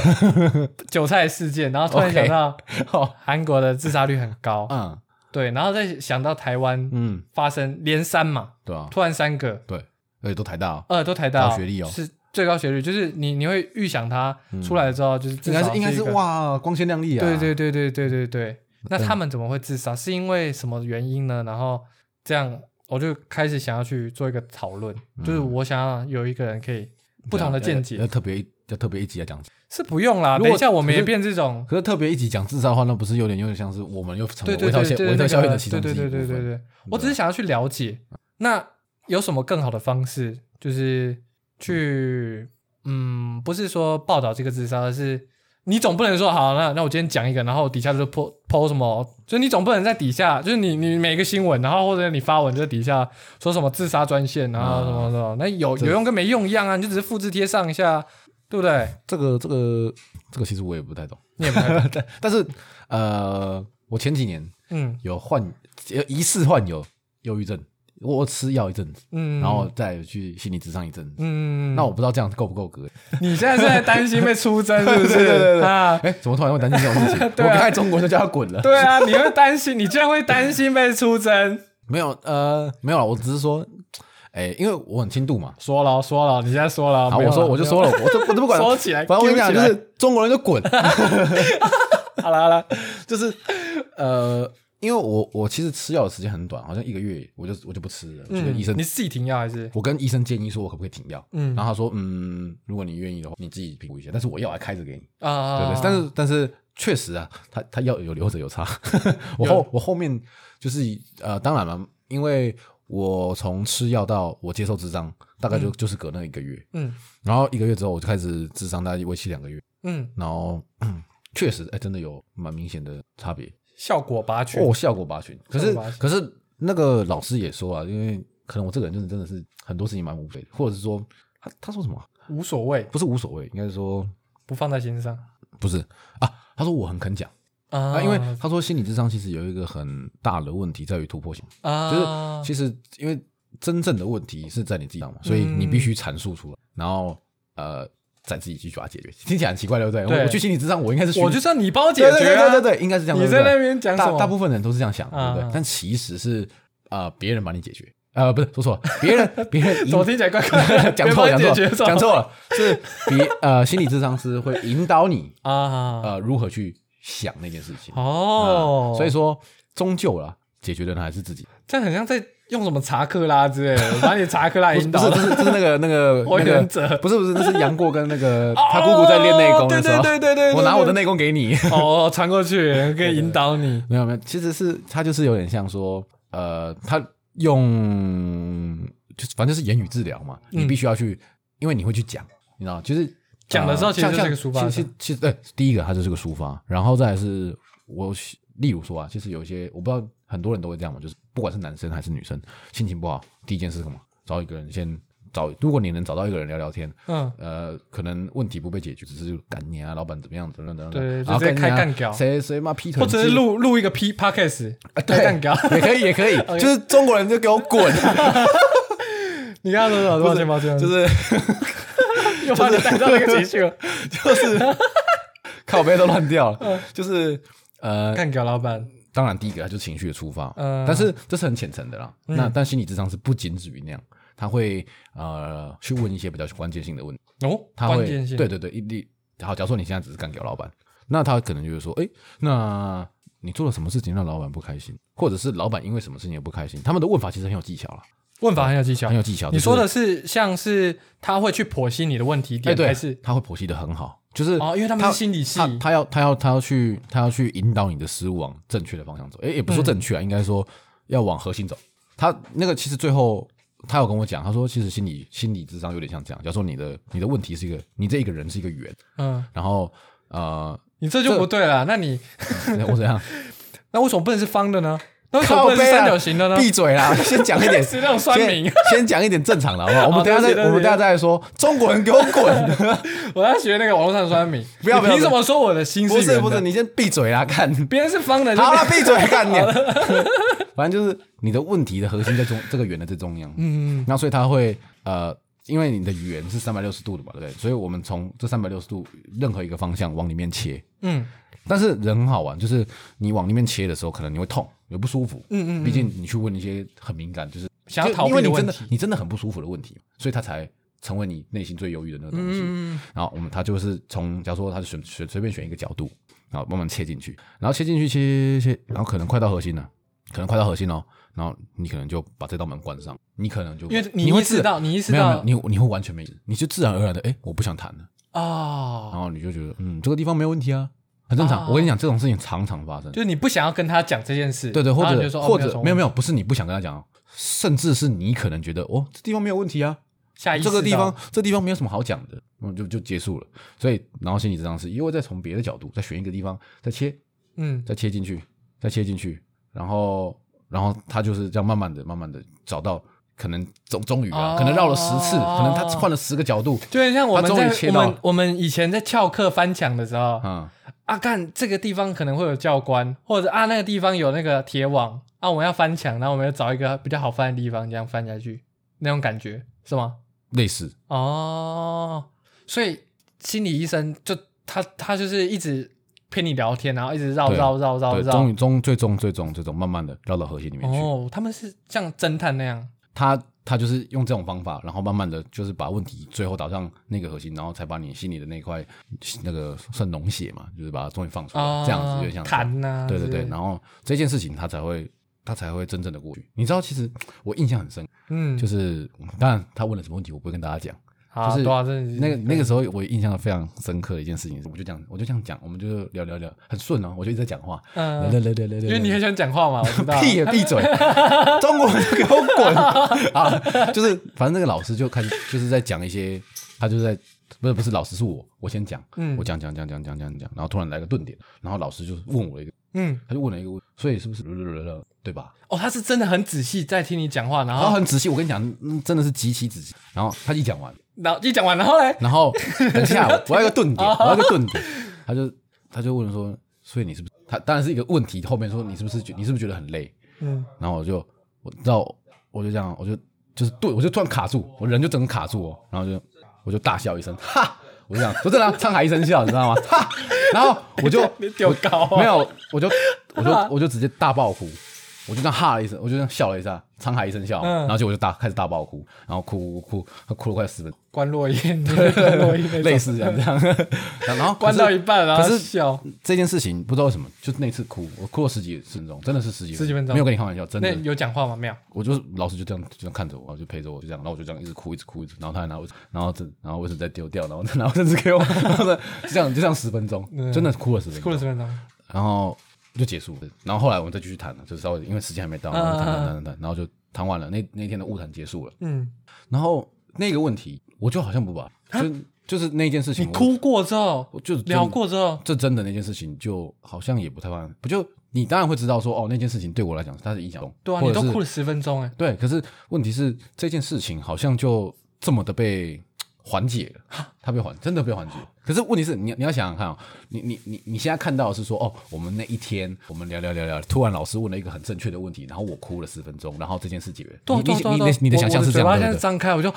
Speaker 1: 韭菜事件，然后突然
Speaker 2: OK
Speaker 1: 想到。
Speaker 2: 哦
Speaker 1: 韩国的自杀率很高，
Speaker 2: 嗯
Speaker 1: 对，然后再想到台湾
Speaker 2: 嗯，
Speaker 1: 发生连三嘛，
Speaker 2: 对啊，
Speaker 1: 突然三个，
Speaker 2: 对，而且都台大哦，
Speaker 1: 呃，都台大、
Speaker 2: 高学历哦嗯
Speaker 1: 是最高学历，就是你你会预想他出来之后，就是至
Speaker 2: 应
Speaker 1: 少
Speaker 2: 该是应该是
Speaker 1: 一个，
Speaker 2: 哇，嗯光鲜亮丽啊。
Speaker 1: 对对对对对对对，那他们怎么会自杀？是因为什么原因呢？然后这样我就开始想要去做一个讨论，就是我想要有一个人可以不同的见
Speaker 2: 嗯啊要要
Speaker 1: 解，
Speaker 2: 特别一要特别一集来讲。
Speaker 1: 是不用啦，
Speaker 2: 如果
Speaker 1: 等一下我们
Speaker 2: 可是
Speaker 1: 也变这种。
Speaker 2: 可是特别一集讲自杀的话，那不是有点有点像是我们又成
Speaker 1: 对
Speaker 2: 为
Speaker 1: 对
Speaker 2: 微笑
Speaker 1: 对
Speaker 2: 效
Speaker 1: 对
Speaker 2: 微
Speaker 1: 那
Speaker 2: 笑
Speaker 1: 个
Speaker 2: 效应的其
Speaker 1: 对
Speaker 2: 中之
Speaker 1: 对
Speaker 2: 一部
Speaker 1: 对
Speaker 2: 分。
Speaker 1: 对对对，我只是想要去了解，那有什么更好的方式，就是去嗯，不是说报道这个自杀，而是你总不能说好，那那我今天讲一个，然后底下就泼泼什么，就是你总不能在底下，就是你你每个新闻，然后或者你发文就底下说什么自杀专线，然后什
Speaker 2: 啊
Speaker 1: 么什么，那有有用跟没用一样啊，你就只是复制贴上一下，对不对？
Speaker 2: 这个这个这个其实我也不太懂，
Speaker 1: 你也不太
Speaker 2: (laughs) 但是呃，我前几年
Speaker 1: 嗯
Speaker 2: 有患有疑似患有忧郁症，我我吃药一阵子，
Speaker 1: 嗯，
Speaker 2: 然后再去心理咨商一阵子。
Speaker 1: 嗯，
Speaker 2: 那我不知道这样够不
Speaker 1: (laughs)
Speaker 2: 够格？
Speaker 1: 你现在是在担心被出征是不是
Speaker 2: (laughs) 对对对对
Speaker 1: 啊？
Speaker 2: 哎，怎么突然会担心这种事情？
Speaker 1: (laughs) 对啊
Speaker 2: 我看中国就叫他滚了。
Speaker 1: 对啊，你会担心，你居然会担心被出征？
Speaker 2: 没有，呃，没有啦，我只是说，哎，因为我很轻度嘛。
Speaker 1: 说了说了，你现在说了，
Speaker 2: 好，
Speaker 1: 啊没有
Speaker 2: 我说我就说了，我都我都不管，
Speaker 1: (laughs) 收起来
Speaker 2: 反正我跟你讲，
Speaker 1: 揪
Speaker 2: 就
Speaker 1: 起来
Speaker 2: 是中国人就
Speaker 1: (laughs)
Speaker 2: 滚，
Speaker 1: 没有好了好了，
Speaker 2: 就是呃，因为我我其实吃药的时间很短，好像一个月，我就我就不吃了。我就跟医生，
Speaker 1: 嗯你自己停药还是？
Speaker 2: 我跟医生建议说，我可不可以停药？
Speaker 1: 嗯
Speaker 2: 然后他说，嗯，如果你愿意的话，你自己评估一下。但是我药还开着给你，
Speaker 1: 啊，
Speaker 2: 对对。但是但是确实啊，他他药有留着有差。 (laughs) 我后我后面就是呃，当然了，因为我从吃药到我接受智障，大概就、就是隔那一个月，
Speaker 1: 嗯
Speaker 2: 然后一个月之后我就开始智障，大概为期两个月，
Speaker 1: 嗯，
Speaker 2: 然后。确实，哎、真的有蛮明显的差别。
Speaker 1: 效果拔群
Speaker 2: 哦，效果拔群。可
Speaker 1: 效
Speaker 2: 是
Speaker 1: 果拔群
Speaker 2: 可是那个老师也说啊，因为可能我这个人就是真的是很多事情蛮无非的，或者是说他他说什么啊、
Speaker 1: 无所谓，
Speaker 2: 不是无所谓，应该是说
Speaker 1: 不放在心上
Speaker 2: 不是啊。他说我很肯讲啊，
Speaker 1: 啊
Speaker 2: 因为他说心理智商其实有一个很大的问题在于突破性，
Speaker 1: 啊，嗯
Speaker 2: 就是其实因为真正的问题是在你自己上嘛，所以你必须阐述出来，然后呃再自己去把它解决。听起来很奇怪，对不对？
Speaker 1: 对
Speaker 2: 我我去心理智商，我应该是寻
Speaker 1: 我就是要你帮我解
Speaker 2: 对
Speaker 1: 决
Speaker 2: 对对
Speaker 1: 啊，
Speaker 2: 对对对，应该是这样。
Speaker 1: 你
Speaker 2: 对不
Speaker 1: 在
Speaker 2: 对
Speaker 1: 那边讲什
Speaker 2: 大
Speaker 1: 么？
Speaker 2: 大部分人都是这样想，对不
Speaker 1: 啊
Speaker 2: 对？但其实是啊，呃别人帮你解决，呃，不是
Speaker 1: (laughs)
Speaker 2: 说错了，别人别人引？
Speaker 1: 怎么听起来怪怪的
Speaker 2: (laughs) 讲错了，
Speaker 1: 别帮解
Speaker 2: 讲错
Speaker 1: 决
Speaker 2: 了，
Speaker 1: 什么
Speaker 2: 讲错了，是别呃心理智商师会引导你
Speaker 1: 啊，
Speaker 2: 呃如何去想那件事情。
Speaker 1: 哦
Speaker 2: 啊，所以说终究啦，解决的人还是自己。
Speaker 1: 这样很像在用什么查克拉之类的，把你查克拉
Speaker 2: 不是
Speaker 1: 引
Speaker 2: 不
Speaker 1: 哎导
Speaker 2: 是，
Speaker 1: 了
Speaker 2: 这是这是那
Speaker 1: (laughs)
Speaker 2: 个那个
Speaker 1: 我
Speaker 2: 那
Speaker 1: 原
Speaker 2: 个
Speaker 1: 则，
Speaker 2: 不是不是，那是杨过跟那个他姑姑在练内功的时候，
Speaker 1: 哦对对对对对对
Speaker 2: 我拿我的内功给你。
Speaker 1: 哦，传过去可以引导你。
Speaker 2: 没有没有，其实是他就是有点像说，呃，他用就是反正是言语治疗嘛，你必须要去，因为你会去讲，你知道，就是
Speaker 1: 嗯讲的时候
Speaker 2: 呃
Speaker 1: 其实
Speaker 2: 像
Speaker 1: 就是个抒发
Speaker 2: 像其
Speaker 1: 是
Speaker 2: 实其实对，第一个它就是个抒发，然后再来是我喜例如说啊，就是有一些我不知道很多人都会这样嘛，就是不管是男生还是女生，心情不好，第一件事是什么？找一个人先找，如果你能找到一个人聊聊天，
Speaker 1: 嗯，
Speaker 2: 呃，可能问题不被解决，只是干你啊，老板怎么样，怎么样，怎么样，
Speaker 1: 对
Speaker 2: 然后
Speaker 1: 就直接
Speaker 2: 你啊
Speaker 1: 开干屌
Speaker 2: 谁谁妈劈
Speaker 1: (laughs)
Speaker 2: 腿，
Speaker 1: 或者是
Speaker 2: 你
Speaker 1: 录录一个 P
Speaker 2: (laughs)
Speaker 1: podcast
Speaker 2: 啊
Speaker 1: 来干掉。 (laughs)
Speaker 2: 也可以，也可以，就是中国人就给我滚，啊
Speaker 1: 你刚刚说什么？抱歉，抱歉，
Speaker 2: 就是
Speaker 1: (laughs) 又把你带到那个情绪了。
Speaker 2: 就是靠背都乱掉
Speaker 1: 嗯
Speaker 2: 了，就是呃，
Speaker 1: 干掉老板，
Speaker 2: 当然第一个它就是情绪的出发，
Speaker 1: 嗯
Speaker 2: 但是这是很浅层的啦。那但心理智商是不仅止于那样，他会呃去问一些比较关键性的问题，
Speaker 1: 哦，
Speaker 2: 他会
Speaker 1: 关键性，
Speaker 2: 对对对，一例好，假如说你现在只是干掉老板，那他可能就是说，哎，那你做了什么事情让老板不开心，或者是老板因为什么事情也不开心，他们的问法其实很有技巧了，
Speaker 1: 问法很有技巧
Speaker 2: 很。有技巧。
Speaker 1: 你
Speaker 2: 就是
Speaker 1: 说的是像是他会去剖析你的问题
Speaker 2: 哎，
Speaker 1: 点，
Speaker 2: 对，
Speaker 1: 还是
Speaker 2: 他会剖析的很好，就是
Speaker 1: 哦，因为他们是心理系
Speaker 2: 他他要他要他要去他要去引导你的思路往正确的方向走，诶，也不是说正确啊，应该说要往核心走。他那个其实最后他有跟我讲，他说其实心理心理智商有点像这样，假如说你的你的问题是一个你这一个人是一个圆，
Speaker 1: 嗯，
Speaker 2: 然后呃，
Speaker 1: 你这就不对了。那你
Speaker 2: 我怎
Speaker 1: (laughs)
Speaker 2: 样？
Speaker 1: 那为什么不能是方的呢？那为什么不能是
Speaker 2: 靠背啊
Speaker 1: 三角形的呢？
Speaker 2: 闭嘴啦！先讲一
Speaker 1: (laughs)
Speaker 2: 点，
Speaker 1: 是那种酸民
Speaker 2: 先先讲一点正常
Speaker 1: (laughs)
Speaker 2: 的好不好？我们
Speaker 1: 好
Speaker 2: 等一下
Speaker 1: 对不起
Speaker 2: 再我
Speaker 1: 对不
Speaker 2: 们
Speaker 1: 起
Speaker 2: 等一下再来说，中国人给我滚！
Speaker 1: (laughs) 我在学那个网络上的酸民，
Speaker 2: 不要
Speaker 1: 你
Speaker 2: 不要
Speaker 1: 凭什么说我的心
Speaker 2: (laughs) 不是
Speaker 1: 圆
Speaker 2: 不是，
Speaker 1: 的？
Speaker 2: 你先闭嘴啦！看，
Speaker 1: 别人是方的，就
Speaker 2: (laughs) 好
Speaker 1: 是
Speaker 2: 了，闭嘴，干你！反正就是你的问题的核心在中这个圆的最中央，嗯嗯，那所以它会呃，因为你的圆是三百六十度的嘛，对不对？所以我们从这三百六十度任何一个方向往里面切，
Speaker 1: 嗯
Speaker 2: 但是人很好玩，就是你往里面切的时候，可能你会痛，你会不舒服，嗯嗯，毕竟你去问一些很敏感，就是
Speaker 1: 想要
Speaker 2: 就
Speaker 1: 逃避
Speaker 2: 因为
Speaker 1: 的
Speaker 2: 你
Speaker 1: 问
Speaker 2: 真的
Speaker 1: 题
Speaker 2: 你真的很不舒服的问题，所以它才成为你内心最忧郁的那个东西。
Speaker 1: 嗯
Speaker 2: 然后我们他就是从，假如说他选选随便选一个角度，然后慢慢切进去，然后切进去切切，切然后可能快到核心了，可能快到核心哦，然后你可能就把这道门关上，你可能就
Speaker 1: 因为你
Speaker 2: 你会
Speaker 1: 意识
Speaker 2: 自
Speaker 1: 到你意识
Speaker 2: 没有
Speaker 1: 到
Speaker 2: 没有你你会完全没意识，你就自然而然的哎我不想谈了，然
Speaker 1: 哦，
Speaker 2: 后你就觉得嗯这个地方没有问题啊，很正常。
Speaker 1: 哦
Speaker 2: 我跟你讲这种事情常常发生，
Speaker 1: 就是你不想要跟他讲这件事，
Speaker 2: 对对，或
Speaker 1: 然后
Speaker 2: 者
Speaker 1: 你就说哦
Speaker 2: 或者没有没
Speaker 1: 有
Speaker 2: 有，不是你不想跟他讲哦，甚至是你可能觉得哦这地方没有问题啊，
Speaker 1: 下意识
Speaker 2: 这
Speaker 1: 到
Speaker 2: 个地方，这地方没有什么好讲的，嗯，就就结束了。所以，然后心理智商是因为再从别的角度再选一个地方，再切，
Speaker 1: 嗯
Speaker 2: 再切进去，再切进去，然后，然后他就是这样慢慢的、慢慢的找到，可能终终于啊，
Speaker 1: 哦
Speaker 2: 可能绕了十次，可能他换了十个角度，
Speaker 1: 就很像我
Speaker 2: 他
Speaker 1: 们
Speaker 2: 终于
Speaker 1: 在
Speaker 2: 切
Speaker 1: 我
Speaker 2: 到
Speaker 1: 们我们以前在翘课翻墙的时候，
Speaker 2: 嗯，
Speaker 1: 啊，干这个地方可能会有教官，或者啊那个地方有那个铁网，啊我们要翻墙，然后我们要找一个比较好翻的地方，这样翻下去，那种感觉是吗？
Speaker 2: 类似，
Speaker 1: 哦，所以心理医生就他他就是一直骗你聊天，然后一直绕
Speaker 2: 对
Speaker 1: 绕绕绕
Speaker 2: 对，终
Speaker 1: 绕
Speaker 2: 于。终最终最终最终慢慢的绕到核心里面去。
Speaker 1: 哦，他们是像侦探那样，
Speaker 2: 他他就是用这种方法，然后慢慢的就是把问题最后导向那个核心，然后才把你心里的那块那个算脓血嘛，就是把它终于放出来，
Speaker 1: 哦
Speaker 2: 这样子有点像这样
Speaker 1: 谈呐
Speaker 2: 对对
Speaker 1: 之类
Speaker 2: 对，
Speaker 1: 的
Speaker 2: 然后这件事情他才会他才会真正的过去。你知道，其实我印象很深，
Speaker 1: 嗯，
Speaker 2: 就是是当然他问了什么问题，我不会跟大家讲。
Speaker 1: 好，
Speaker 2: 是
Speaker 1: 多少真的是
Speaker 2: 那个那个时候我印象非常深刻的一件事情，我就这样我就这样讲，我们就聊聊聊，很顺哦，我就一直在讲话，聊
Speaker 1: 嗯，
Speaker 2: 聊聊聊聊，
Speaker 1: 因为你很喜欢讲话嘛，我知道。
Speaker 2: (laughs) 屁也闭嘴！中国人给我滚啊！就是反正那个老师就开始就是在讲一些，他就在不是不是老师是我，我先讲，
Speaker 1: 嗯
Speaker 2: 我讲讲讲讲讲讲讲，然后突然来个顿点，然后老师就问我一个，
Speaker 1: 嗯，
Speaker 2: 他就问了一个，所以是不是对吧？
Speaker 1: 哦，他是真的很仔细在听你讲话，然
Speaker 2: 然后
Speaker 1: 后
Speaker 2: 很仔细，我跟你讲，嗯真的是极其仔细。然后他一讲完，
Speaker 1: 然后一讲完，然后嘞，
Speaker 2: 然后等一下我我要一个顿点，我要一个顿点，他就他就问说，所以你是不是？他当然是一个问题，后面说你是不是觉你是不是觉得很累？
Speaker 1: 嗯，
Speaker 2: 然后我就我知道，我就这样，我就就是对我就突然卡住，我人就整个卡住哦，然后就我就大笑一声，哈，我就这样，就真的沧海一声笑，你知道吗？哈，然后我就
Speaker 1: 你丢高啊
Speaker 2: 我没有，
Speaker 1: (laughs)
Speaker 2: 我就我就我就直接大爆哭，我就这样哈了一声，我就这样笑了一下，沧海一声笑，
Speaker 1: 嗯
Speaker 2: 然后结果我就大开始大爆哭，然后哭哭哭，哭了快十分钟，
Speaker 1: 关落音，关落音那种
Speaker 2: 类似这样
Speaker 1: (laughs)
Speaker 2: 这样，然后可
Speaker 1: 关
Speaker 2: 是
Speaker 1: 到一半，啊然
Speaker 2: 可
Speaker 1: 后
Speaker 2: 是
Speaker 1: 笑，
Speaker 2: 这件事情不知道为什么，就是那次哭，我哭了十几分钟，真的是十几
Speaker 1: 十几分钟
Speaker 2: 没有跟你开玩笑，真的
Speaker 1: 那有讲话吗？没有。
Speaker 2: 我就是老师就这样就这样看着我，就陪着我，就这样，然后我就这样一直哭，一直哭，一直，然后他还拿我，然后这，然后卫生纸再丢掉，然后然后甚至给我，然后呢就这样就这样十
Speaker 1: (laughs)
Speaker 2: 分钟，真的哭了十分
Speaker 1: 过
Speaker 2: 钟，
Speaker 1: 了十分钟，
Speaker 2: 然后就结束了。然后后来我们再继续谈了，就是稍微因为时间还没到，然后谈谈谈谈谈，然后就谈完了。那那天的误谈结束了，
Speaker 1: 嗯，
Speaker 2: 然后那个问题我就好像不把，就就是那件事情，
Speaker 1: 啊你哭过之
Speaker 2: 我，我
Speaker 1: 后，
Speaker 2: 就真的
Speaker 1: 聊过之后，
Speaker 2: 这真的那件事情，就好像也不太办，不就你当然会知道说，哦，那件事情对我来讲它是影响中，
Speaker 1: 对啊，
Speaker 2: 或
Speaker 1: 你
Speaker 2: 者
Speaker 1: 都
Speaker 2: 是
Speaker 1: 哭了十分钟，哎，
Speaker 2: 对，可是问题是这件事情好像就这么的被缓解了， (gasps) 它被缓，真的被缓解。可是问题是你你要想想看哦，你你你你现在看到的是说哦，我们那一天我们聊聊聊聊，突然老师问了一个很正确的问题，然后我哭了十分钟，然后这件事解决。
Speaker 1: 对啊对啊对啊
Speaker 2: 你你
Speaker 1: 对
Speaker 2: 你
Speaker 1: 啊
Speaker 2: 的你的
Speaker 1: 我
Speaker 2: 想象
Speaker 1: 我
Speaker 2: 是这
Speaker 1: 嘴巴
Speaker 2: 样
Speaker 1: 现在
Speaker 2: 对不对？
Speaker 1: 张开，我就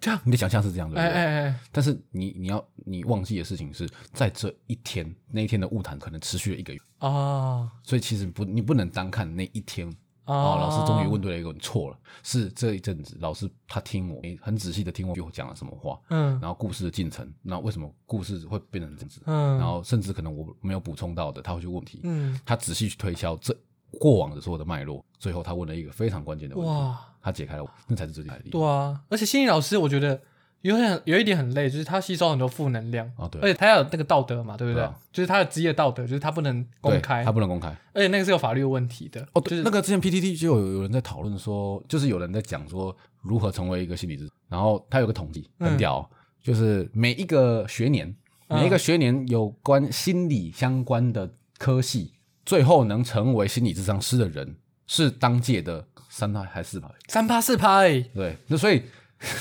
Speaker 1: 这样，
Speaker 2: 你的想象是这样对
Speaker 1: 哎
Speaker 2: 不对？
Speaker 1: 哎哎，
Speaker 2: 但是你你要你忘记的事情是在这一天那一天的误谈可能持续了一个月，
Speaker 1: 哦，
Speaker 2: 所以其实不你不能单看那一天哦
Speaker 1: 哦，
Speaker 2: 老师终于问对了一个，你错了，是这一阵子老师他听我诶很仔细的听我我讲了什么话，
Speaker 1: 嗯
Speaker 2: 然后故事的进程，那为什么故事会变成这样子？
Speaker 1: 嗯，
Speaker 2: 然后甚至可能我没有补充到的，他会去问题，
Speaker 1: 嗯，
Speaker 2: 他仔细去推敲这过往的所有的脉络，最后他问了一个非常关键的问题，
Speaker 1: 哇，
Speaker 2: 他解开了我，那才是最厉害的地方。
Speaker 1: 对啊，而且心理老师我觉得有点有一点很累，就是他吸收很多负能量，
Speaker 2: 啊，对，
Speaker 1: 而且他有那个道德嘛，对不对
Speaker 2: 对啊？
Speaker 1: 就是他的职业道德，就是他不能公
Speaker 2: 对
Speaker 1: 开
Speaker 2: 他，不能公开。
Speaker 1: 而且那个是有法律问题的。
Speaker 2: 哦，
Speaker 1: 就
Speaker 2: 对，
Speaker 1: 是
Speaker 2: 那个之前 PTT 就有有人在讨论说，就是有人在讲说如何成为一个心理咨，然后他有个统计很
Speaker 1: 嗯
Speaker 2: 屌哦、就是每一个学年，
Speaker 1: 嗯
Speaker 2: 每一个学年有关心理相关的科系，最后能成为心理智商师的人是当届的三趴还是四趴？
Speaker 1: 三趴四趴，哎，
Speaker 2: 对，那所
Speaker 1: (laughs)
Speaker 2: 以
Speaker 1: 比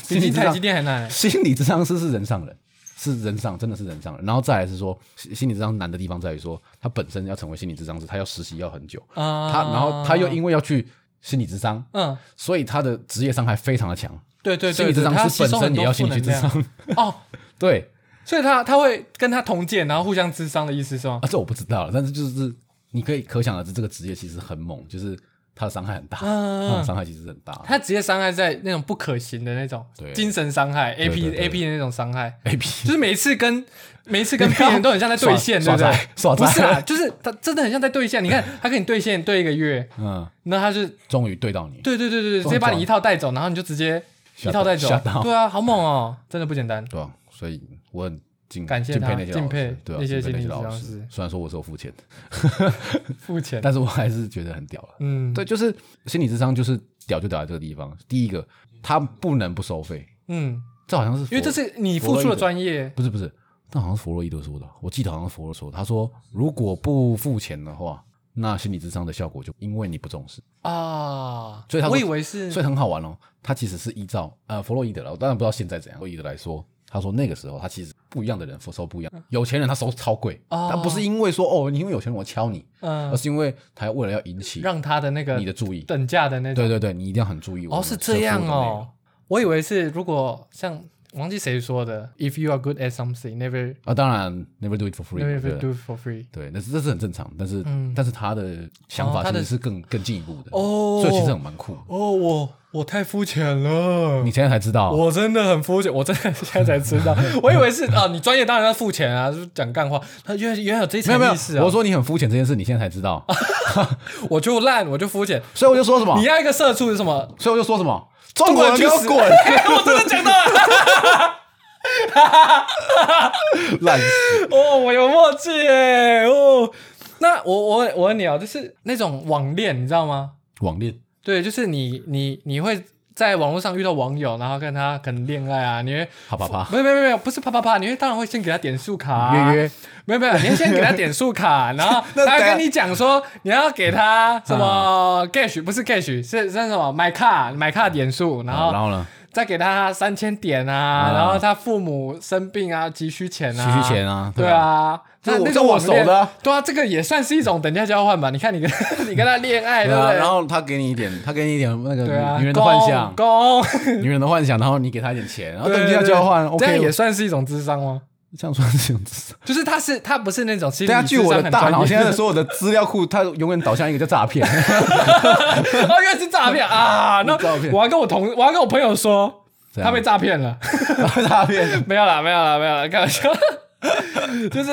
Speaker 2: 心理
Speaker 1: 进
Speaker 2: 智
Speaker 1: 台
Speaker 2: 商
Speaker 1: 积电还难欸。
Speaker 2: 心理智商师是人上人，是人上，真的是人上人。然后再来是说，心心理智商难的地方在于说，他本身要成为心理智商师，他要实习要很久，
Speaker 1: 啊，
Speaker 2: (laughs) 他然后他又因为要去心理智商，
Speaker 1: 嗯，
Speaker 2: 所以他的职业伤害非常的强。
Speaker 1: 对对
Speaker 2: 心
Speaker 1: 对
Speaker 2: 理智
Speaker 1: 对，他
Speaker 2: 商
Speaker 1: 吸
Speaker 2: 师
Speaker 1: 收
Speaker 2: 本
Speaker 1: 很
Speaker 2: 身也
Speaker 1: 多
Speaker 2: 要
Speaker 1: 负
Speaker 2: 心理
Speaker 1: 能
Speaker 2: 智
Speaker 1: 量。
Speaker 2: 商， (laughs)
Speaker 1: 哦，
Speaker 2: 对
Speaker 1: 所以他他会跟他同届，然后互相智商的意思是吗
Speaker 2: 啊，？这我不知道了，但是就是你可以可想而知，这个职业其实很猛，就是他的伤害很大，
Speaker 1: 嗯
Speaker 2: 他的伤害其实很大。
Speaker 1: 他职业伤害在那种不可行的那种
Speaker 2: 对
Speaker 1: 精神伤害，A
Speaker 2: 对
Speaker 1: P
Speaker 2: 对
Speaker 1: A
Speaker 2: 对
Speaker 1: P 的那种伤害，
Speaker 2: A P
Speaker 1: 就是每一次跟每一次跟病人都很像在对
Speaker 2: (laughs)
Speaker 1: 线，对
Speaker 2: 耍
Speaker 1: 不对？
Speaker 2: 耍
Speaker 1: 不
Speaker 2: 帅耍帅 (laughs)
Speaker 1: 是啊啦，就是他真的很像在对线。你看他跟你对线对一个月，
Speaker 2: 嗯，
Speaker 1: 那他就
Speaker 2: 终于对到你，
Speaker 1: 对对对对，直接把你一套带走，然后你就直接一
Speaker 2: Shut
Speaker 1: 套带走
Speaker 2: down，shut。down
Speaker 1: 对啊，好猛哦，真的不简单。
Speaker 2: 对吧、所以我很敬
Speaker 1: 感谢
Speaker 2: 敬
Speaker 1: 他
Speaker 2: 佩那些老
Speaker 1: 敬佩
Speaker 2: 师，对、啊，
Speaker 1: 那些
Speaker 2: 敬佩那
Speaker 1: 心理
Speaker 2: 些老
Speaker 1: 治疗
Speaker 2: 师
Speaker 1: 师。
Speaker 2: 虽然说我是有付钱的，
Speaker 1: 付钱，
Speaker 2: 但是我还是觉得很屌了。
Speaker 1: 嗯，
Speaker 2: 对，就是心理智商，就是屌就屌在这个地方。第一个，他不能不收费，
Speaker 1: 嗯，
Speaker 2: 这好像是
Speaker 1: 因为这
Speaker 2: 佛
Speaker 1: 是你付出的专业，
Speaker 2: 不是不是，那好像是弗洛伊德说的，我记得好像是弗洛说的，他说如果不付钱的话，那心理智商的效果就因为你不重视，
Speaker 1: 啊，
Speaker 2: 所以他说
Speaker 1: 我以为是，
Speaker 2: 所以很好玩哦。他其实是依照呃弗洛伊德了，我当然不知道现在怎样。弗洛伊德来说，他说那个时候他其实不一样的人收不一样，有钱人他收超贵，
Speaker 1: 嗯哦
Speaker 2: 他不是因为说哦你因为有钱人我敲你，
Speaker 1: 嗯
Speaker 2: 而，是因为他为了要引起
Speaker 1: 让他的那个
Speaker 2: 你的注意。
Speaker 1: 等价的那种，
Speaker 2: 对对对，你一定要很注意我
Speaker 1: 哦，
Speaker 2: 们
Speaker 1: 是
Speaker 2: 所
Speaker 1: 这样
Speaker 2: 说的内容
Speaker 1: 哦，我以为是如果像忘记谁说的，If you are good at something, never
Speaker 2: 啊，当然 never do it for free，对
Speaker 1: never
Speaker 2: 不对
Speaker 1: do it for free。
Speaker 2: 对，那是这是很正常，但是、
Speaker 1: 嗯
Speaker 2: 但是他的想
Speaker 1: 哦
Speaker 2: 法
Speaker 1: 他
Speaker 2: 其
Speaker 1: 的
Speaker 2: 实是更更进一步的
Speaker 1: 哦
Speaker 2: 所以其实很蛮酷的。
Speaker 1: 哦，我我太肤浅了
Speaker 2: 你，现在才知道啊，
Speaker 1: 我真的很肤浅，我真的现在才知
Speaker 2: (laughs)
Speaker 1: 道，我以为是啊，你专业当然要付钱啊，就是讲干话，他原来原来有这一
Speaker 2: 没
Speaker 1: 层
Speaker 2: 有没有
Speaker 1: 意思，啊，
Speaker 2: 我说你很肤浅这件事，你现在才知
Speaker 1: (laughs)
Speaker 2: 道，
Speaker 1: 我就烂，我就肤浅，
Speaker 2: 所以我就说什么
Speaker 1: 你，要一个社畜是什么？
Speaker 2: 所以我就说
Speaker 1: (laughs)
Speaker 2: 什么，
Speaker 1: 国
Speaker 2: 中国
Speaker 1: 人
Speaker 2: 人
Speaker 1: 去
Speaker 2: (laughs) 给我
Speaker 1: 死
Speaker 2: 滚，
Speaker 1: 我真的讲到了， (laughs)
Speaker 2: 烂死！
Speaker 1: (laughs) 哦，我有默契耶，哦，那我我我问你啊，就是那种网恋，你知道吗？
Speaker 2: 网恋
Speaker 1: 对，就是你你你会在网络上遇到网友，然后跟他可能恋爱啊，你会
Speaker 2: 啪啪啪，
Speaker 1: 没有没有没有，不是啪啪啪，你会当然会先给他点数卡、啊 (laughs)
Speaker 2: 约约，
Speaker 1: 没有没有，你先给他点数卡，然后
Speaker 2: (laughs) 那
Speaker 1: 他
Speaker 2: 等下啊
Speaker 1: 跟你讲说你要给他什么 cash，不是 cash，是是什么买卡买卡点数，然
Speaker 2: 啊然
Speaker 1: 后
Speaker 2: 后呢，
Speaker 1: 再给他三千点啊，
Speaker 2: 啊
Speaker 1: 然后他父母生病啊，急需钱啊，
Speaker 2: 急需钱啊
Speaker 1: 对
Speaker 2: 对
Speaker 1: 啊。
Speaker 2: 这我
Speaker 1: 那
Speaker 2: 这
Speaker 1: 种
Speaker 2: 我
Speaker 1: 网
Speaker 2: 熟
Speaker 1: 恋
Speaker 2: 的啊
Speaker 1: 对啊，这个也算是一种等价交换吧。你看你跟 (laughs) 你跟他恋爱，
Speaker 2: 对
Speaker 1: 不
Speaker 2: 啊，
Speaker 1: 哎对？
Speaker 2: 然后他给你一点，他给你一点那个
Speaker 1: 对啊，
Speaker 2: 女人的幻想，
Speaker 1: 公，公
Speaker 2: 女人的幻想，然后你给他一点钱，然后
Speaker 1: 对
Speaker 2: 等
Speaker 1: 对
Speaker 2: 价
Speaker 1: 对
Speaker 2: 交
Speaker 1: (laughs)
Speaker 2: 换
Speaker 1: 这样
Speaker 2: ，OK，
Speaker 1: 也算是一种智商吗？
Speaker 2: 这样算是这样子。
Speaker 1: (laughs) 就是他是他不是那种心理
Speaker 2: 对啊，据
Speaker 1: 智
Speaker 2: 我
Speaker 1: 商
Speaker 2: 的
Speaker 1: 很
Speaker 2: 大
Speaker 1: 专
Speaker 2: 脑，
Speaker 1: 业，
Speaker 2: 现在的所有的资料库，它永远导向一个叫
Speaker 1: (laughs)
Speaker 2: 诈骗。
Speaker 1: 哦，原来是诈骗
Speaker 2: (laughs)
Speaker 1: 啊！那
Speaker 2: 诈骗啊
Speaker 1: 我要跟我同我要跟我朋友说，
Speaker 2: 怎样
Speaker 1: 他被诈骗了， (laughs)
Speaker 2: 诈骗。
Speaker 1: 没有啦，没有啦，没有啦，开玩笑， (laughs) 就是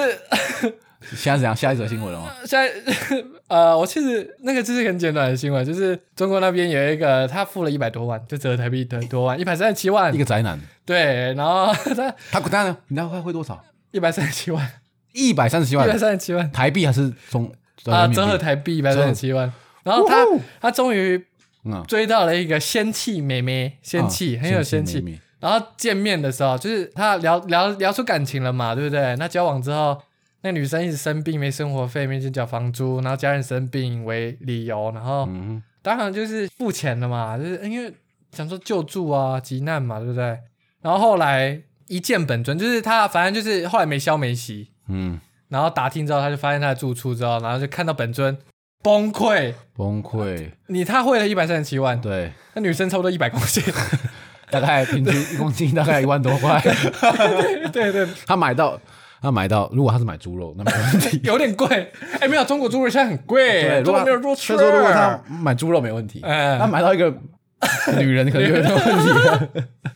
Speaker 1: (laughs)
Speaker 2: 现在怎样？下一则新闻了吗？
Speaker 1: 现在 (laughs) 呃，我其实那个就是很简短的新闻，就是中国那边有一个他付了一百多万，就折合台币一百多万，一百三十七万
Speaker 2: (laughs) 一，个宅男，
Speaker 1: 对，然后他 (laughs)
Speaker 2: 他他呢？你知道他会多少？
Speaker 1: 一百三十七万，
Speaker 2: 一百三十七
Speaker 1: 一百
Speaker 2: 万
Speaker 1: 三十七万，
Speaker 2: 台币还是中
Speaker 1: 啊，折合台
Speaker 2: 台
Speaker 1: 币一百三十七万。然后他
Speaker 2: 呜呼
Speaker 1: 他终于
Speaker 2: 嗯，
Speaker 1: 追到了一个仙气妹妹，仙气、
Speaker 2: 啊
Speaker 1: 很有仙气。
Speaker 2: 妹妹
Speaker 1: 然后见面的时候，就是他聊聊聊出感情了嘛，对不对？那交往之后，那女生一直生病，没生活费，没钱缴房租，然后家人生病为理由，然后
Speaker 2: 嗯
Speaker 1: 当然就是付钱了嘛，就是因为想说救助啊、急难嘛，对不对？然后后来一见本尊，就是他反正就是后来没消没息，
Speaker 2: 嗯，
Speaker 1: 然后打听之后，他就发现他的住处之后，然后就看到本尊崩溃。
Speaker 2: 崩溃。
Speaker 1: 你他汇了一百三十七万，
Speaker 2: 对，
Speaker 1: 那女生差不多一百公斤。
Speaker 2: 大概平均一公斤大概一万多块。
Speaker 1: (laughs) 对对，
Speaker 2: (laughs) 他买到那买到如果他是买猪肉，那没
Speaker 1: (laughs)
Speaker 2: 问题。
Speaker 1: 有点贵。哎，没有，中国猪肉现在很贵，
Speaker 2: 对，如
Speaker 1: 中
Speaker 2: 果
Speaker 1: 国哎
Speaker 2: 他
Speaker 1: 没有肉吃。
Speaker 2: 所以说如果他买猪肉没问题，
Speaker 1: 哎
Speaker 2: 他买到一个女人可能就有点问题
Speaker 1: (laughs)
Speaker 2: 了。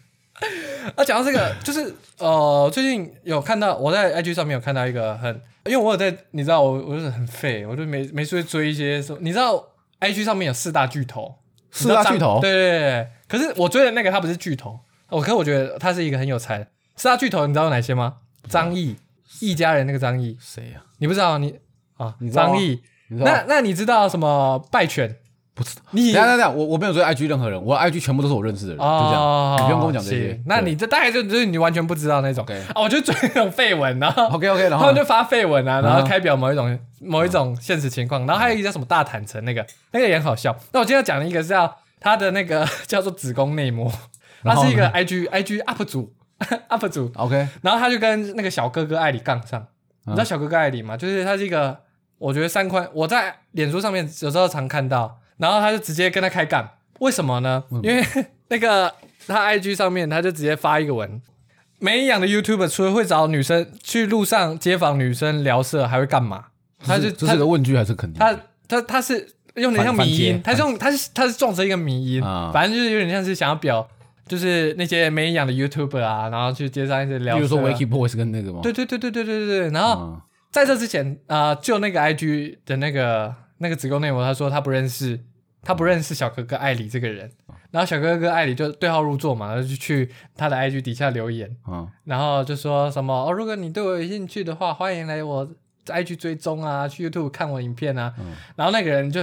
Speaker 1: 啊，讲到这个，就是呃，最近有看到我在 IG 上面有看到一个很，因为我有在，你知道我我就是很废，我就没没事会追一些什么，你知道 IG 上面有四大巨头，
Speaker 2: 四大巨
Speaker 1: 你
Speaker 2: 头
Speaker 1: 知道张对对对对，可是我追的那个他不是巨头，我可是我觉得他是一个很有才。四大巨头你知道有哪些吗？张译，一家人那个张译，
Speaker 2: 谁呀？
Speaker 1: 你不知道你啊
Speaker 2: 你，知道吗
Speaker 1: 张译，
Speaker 2: 你知道
Speaker 1: 那
Speaker 2: 吗？
Speaker 1: 那你知道什么败犬？
Speaker 2: 不知道。
Speaker 1: 你
Speaker 2: 等一下等一下，我我没有追 IG 任何人，我的 IG 全部都是我认识的人，就这
Speaker 1: 哦
Speaker 2: 样。你不用跟我讲这些
Speaker 1: 行。那你这大概就就是你完全不知道那种
Speaker 2: OK
Speaker 1: 啊，我就追那种绯闻，然后
Speaker 2: OK OK，然
Speaker 1: 他
Speaker 2: 后
Speaker 1: 们
Speaker 2: 呢
Speaker 1: 就发绯闻啊，然
Speaker 2: 嗯
Speaker 1: 后开表某一种某一种现实情况，然后还有一个叫什么大坦诚那个，那个也很好笑。那我今天要讲的一个是叫他的那个 (laughs) 叫做子宫内膜，他
Speaker 2: 然后呢
Speaker 1: 是一个 IG IG UP 主 (laughs) UP 主，
Speaker 2: OK，
Speaker 1: 然后他就跟那个小哥哥艾里杠上，
Speaker 2: 嗯
Speaker 1: 你知道小哥哥艾里吗？就是他是一个，我觉得三观，我在脸书上面有时候常看到，然后他就直接跟他开干，为什么呢？因为那个他 IG 上面他就直接发一个文，没营养的 YouTuber 除了会找女生去路上街访女生聊色，还会干嘛？他就
Speaker 2: 这是这是个问句还是肯定？
Speaker 1: 他他他是有点像
Speaker 2: 反
Speaker 1: 迷音
Speaker 2: 反，
Speaker 1: 他是用他是他是撞成一个迷音，
Speaker 2: 啊
Speaker 1: 反正就是有点像是想要表，就是那些没营养的 YouTuber 啊，然后去街上一些聊色啊，
Speaker 2: 比如说 Wiki Boys 跟那个吗？
Speaker 1: 对对对对对对对对，然后
Speaker 2: 嗯，
Speaker 1: 在这之前啊、呃就那个 IG 的那个那个子宫内膜，他说他不认识，他不认识小哥哥艾里这个人，然后小哥哥艾里就对号入座嘛，然后就去他的 IG 底下留言，
Speaker 2: 嗯，
Speaker 1: 然后就说什么哦，如果你对我有兴趣的话，欢迎来我 IG 追踪啊，去 YouTube 看我影片啊。然后那个人就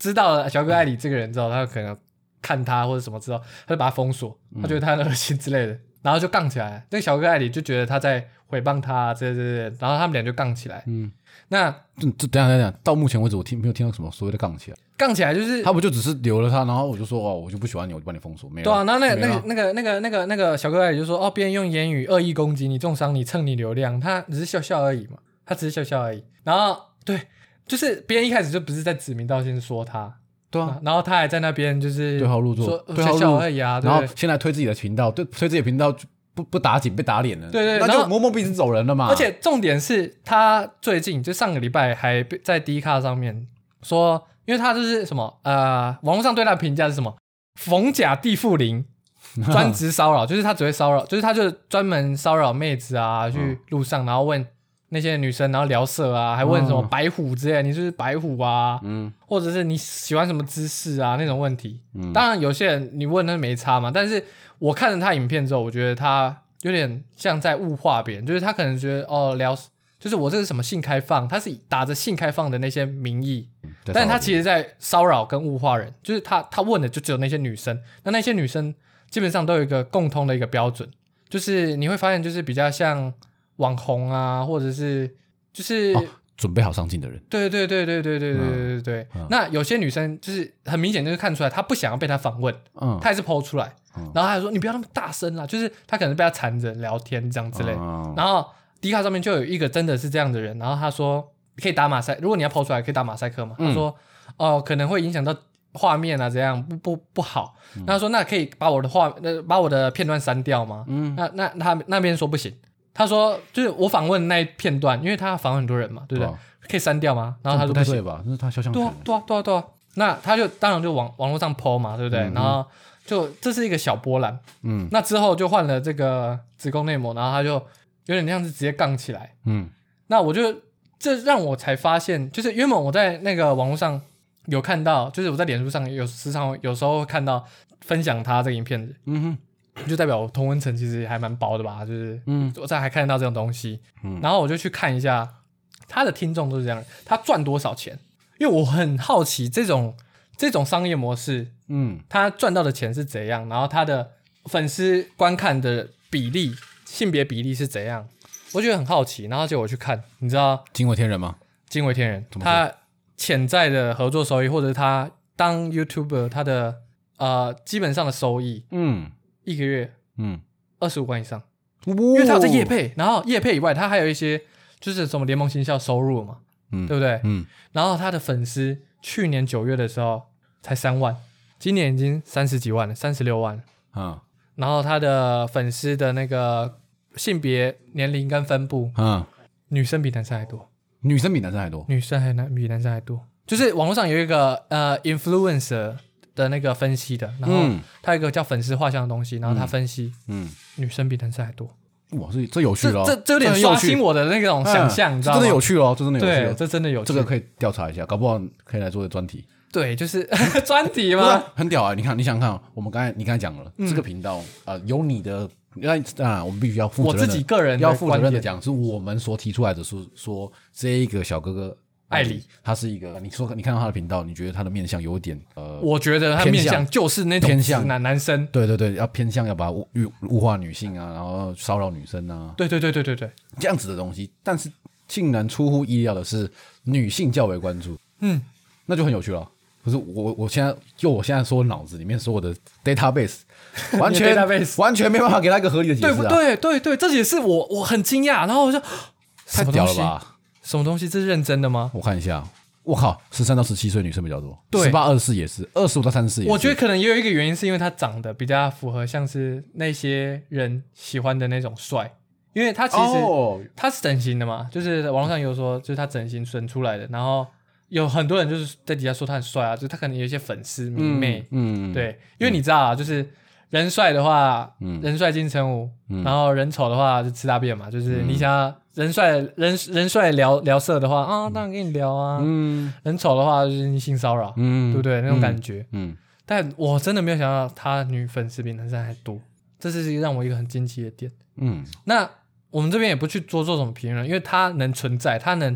Speaker 1: 知道了小哥艾里这个人之后，他可能看他或者什么之后，他就把他封锁，他觉得他很恶心之类的，然后就杠起来。那个小哥艾里就觉得他在诽谤他啊，这这这，然后他们俩就杠起来。
Speaker 2: 嗯，
Speaker 1: 那
Speaker 2: 这这等一下等一下，到目前为止我听没有听到什么所谓的杠起来，
Speaker 1: 杠起来就是
Speaker 2: 他不就只是留了他，然后我就说哦，我就不喜欢你，我就把你封锁，没有
Speaker 1: 对啊，然后那个
Speaker 2: 没有
Speaker 1: 那个那个那个那个那个小哥哥也就说，哦，别人用言语恶意攻击你、重伤你、蹭你流量，他只是笑笑而已嘛，他只是笑笑而已。然后对，就是别人一开始就不是在指名道姓说他，
Speaker 2: 对啊
Speaker 1: 啊，然后他还在那边就是
Speaker 2: 对号入座
Speaker 1: 说，
Speaker 2: 对
Speaker 1: 笑
Speaker 2: 号入
Speaker 1: 笑
Speaker 2: 座
Speaker 1: 而已啊，对
Speaker 2: 然
Speaker 1: 不
Speaker 2: 后
Speaker 1: 对？
Speaker 2: 先来推自己的频道，对，推自己的频道就不不打紧，被打脸了，
Speaker 1: 对对
Speaker 2: 那
Speaker 1: 然
Speaker 2: 就
Speaker 1: 后
Speaker 2: 摸摸鼻子走人了嘛。
Speaker 1: 而且重点是他最近就上个礼拜还被在 D 卡上面说，因为他就是什么呃，网络上对他的评价是什么“逢甲地富
Speaker 2: (laughs)
Speaker 1: 林”，专职骚扰， (laughs) 就是他只会骚扰，就是他就专门骚扰妹子啊，去路上然后问那些女生，然后聊色啊，还问什么
Speaker 2: 嗯
Speaker 1: 白虎之类，你是不是白虎啊，
Speaker 2: 嗯
Speaker 1: 或者是你喜欢什么姿势啊那种问题。
Speaker 2: 嗯，
Speaker 1: 当然，有些人你问他没差嘛，但是我看了他影片之后，我觉得他有点像在物化别人，就是他可能觉得哦聊，就是我这是什么性开放，他是以打着性开放的那些名义，但他其
Speaker 2: 实
Speaker 1: 实在骚扰跟物化人，就是他他问的就只有那些女生，那那些女生基本上都有一个共通的一个标准，就是你会发现就是比较像网红啊，或者是就是。
Speaker 2: 准备好上镜的人，
Speaker 1: 对对对对对对对对对对，
Speaker 2: 嗯
Speaker 1: 那有些女生就是很明显就是看出来，她不想要被他访问，
Speaker 2: 嗯，
Speaker 1: 他也是剖出来
Speaker 2: 嗯，
Speaker 1: 然后他还说你不要那么大声啦，就是他可能被他缠着聊天这样之类。
Speaker 2: 嗯
Speaker 1: 然后迪卡上面就有一个真的是这样的人，然后他说可以打马赛，如果你要剖出来可以打马赛克
Speaker 2: 嗯
Speaker 1: 嘛。他说哦、可能会影响到画面啊，怎样不不不好。
Speaker 2: 嗯
Speaker 1: 那他说那可以把我的画呃把我的片段删掉吗？
Speaker 2: 嗯
Speaker 1: 那那他那边说不行，他说就是我访问那一片段，因为他访问很多人嘛，对不对
Speaker 2: 对啊？
Speaker 1: 可以删掉吗？然后他说
Speaker 2: 这不
Speaker 1: 不
Speaker 2: 太
Speaker 1: 行
Speaker 2: 对。吧？那是他肖像
Speaker 1: 对
Speaker 2: 权
Speaker 1: 啊，，对啊，对啊，对啊。那他就当然就网网络上 PO 嘛，对不对？然后就这是一个小波澜。
Speaker 2: 嗯
Speaker 1: 那之后就换了这个子宫内膜，然后他就有点像是直接杠起来。
Speaker 2: 嗯
Speaker 1: 那我就这让我才发现，就是原本我在那个网络上有看到，就是我在脸书上有时常有时候会看到分享他这个影片的，
Speaker 2: 嗯哼
Speaker 1: 就代表我同温层其实还蛮薄的吧，就是
Speaker 2: 嗯
Speaker 1: 我在还看得到这种东西，
Speaker 2: 嗯
Speaker 1: 然后我就去看一下他的听众都是这样，他赚多少钱？因为我很好奇这种这种商业模式，
Speaker 2: 嗯
Speaker 1: 他赚到的钱是怎样，然后他的粉丝观看的比例、性别比例是怎样，我觉得很好奇。然后结果我去看，你知道
Speaker 2: 惊为天人吗？
Speaker 1: 惊为天人，
Speaker 2: 怎么说
Speaker 1: 他潜在的合作收益，或者他当 YouTuber 他的呃基本上的收益，
Speaker 2: 嗯
Speaker 1: 一个月
Speaker 2: 嗯，
Speaker 1: 二十五万以上。
Speaker 2: 因
Speaker 1: 因为他有
Speaker 2: 哦
Speaker 1: 在业，配，然后业配以外，他还有一些就是什么联盟行销收入嘛，
Speaker 2: 嗯
Speaker 1: 对不对？
Speaker 2: 嗯，
Speaker 1: 然后他的粉丝去年九月的时候才三万，今年已经三十几万了，三十六万了。
Speaker 2: 啊
Speaker 1: 然后他的粉丝的那个性别、年龄跟分布，
Speaker 2: 嗯，
Speaker 1: 女生比男生还多，
Speaker 2: 女生比男生还多。
Speaker 1: 女生还男比男生还多。就是网络上有一个呃 influencer 的那个分析的，然后
Speaker 2: 嗯
Speaker 1: 他有一个叫粉丝画像的东西，然后他分析
Speaker 2: 嗯，
Speaker 1: 女生比男生还多，
Speaker 2: 哇，这这有趣
Speaker 1: 这
Speaker 2: 了哦，
Speaker 1: 这这有点
Speaker 2: 很
Speaker 1: 刷
Speaker 2: 趣
Speaker 1: 新我的那种想象，
Speaker 2: 嗯
Speaker 1: 你知
Speaker 2: 这
Speaker 1: 道吗？
Speaker 2: 真的有趣哦，这真的有趣
Speaker 1: 对，
Speaker 2: 哦。
Speaker 1: 这真的有
Speaker 2: 这个
Speaker 1: 趣
Speaker 2: 可以调查一下，搞不好可以来做个专题。
Speaker 1: 对，就是 (laughs) 专题
Speaker 2: 不是
Speaker 1: 吗？
Speaker 2: 啊很屌啊！你看，你想想看，我们刚才你刚才讲了，
Speaker 1: 嗯
Speaker 2: 这个频道啊，有你的，那啊，我们必须要负责任的，
Speaker 1: 我自己个人的
Speaker 2: 要负责任
Speaker 1: 观
Speaker 2: 的
Speaker 1: 点
Speaker 2: 讲，是我们所提出来的，是说这一个小哥哥
Speaker 1: 艾里，
Speaker 2: 他是一个，你说你看到他的频道，你觉得他的面相有一点呃，
Speaker 1: 我觉得他
Speaker 2: 偏
Speaker 1: 面
Speaker 2: 向
Speaker 1: 向就是那种
Speaker 2: 偏向
Speaker 1: 直男男生，
Speaker 2: 对对对，要偏向要把物物物化女性啊，然后骚扰女生啊，
Speaker 1: 对对对对对对，
Speaker 2: 这样子的东西，但是竟然出乎意料的是，女性较为关注，
Speaker 1: 嗯，
Speaker 2: 那就很有趣了。可是我我现在就我现在说脑子里面所有的
Speaker 1: (laughs)
Speaker 2: database，完全
Speaker 1: database
Speaker 2: 完全没办法给他一个合理的解释、
Speaker 1: 对
Speaker 2: 啊，
Speaker 1: 不？对？对对，这也是我我很惊讶，然后我就
Speaker 2: 太屌了？吧！
Speaker 1: 什么东西？这是认真的吗？
Speaker 2: 我看一下，我靠，十三到十七岁女生比较多，
Speaker 1: 对
Speaker 2: 十八二十四也是，二十五到三十四也是。
Speaker 1: 我觉得可能也有一个原因，是因为他长得比较符合像是那些人喜欢的那种帅，因为他其实、
Speaker 2: 哦，
Speaker 1: 他是整形的嘛，就是网络上有说，就是他整形整出来的，然后有很多人就是在底下说他很帅啊，就是他可能有一些粉丝迷妹，
Speaker 2: 嗯，嗯，
Speaker 1: 对，因为你知道啊，就是人帅的话，人帅金城武，
Speaker 2: 嗯
Speaker 1: 然后人丑的话就吃大便嘛，就是你想要人帅人人帅聊聊色的话啊，当然跟你聊啊，
Speaker 2: 嗯
Speaker 1: 人丑的话就是性骚扰，
Speaker 2: 嗯，
Speaker 1: 对不对？那种感觉，
Speaker 2: 嗯，
Speaker 1: 但我真的没有想到他女粉丝比男生还多，这是让我一个很惊奇的点。
Speaker 2: 嗯嗯，
Speaker 1: 那我们这边也不去多做什么评论，因为他能存在，他能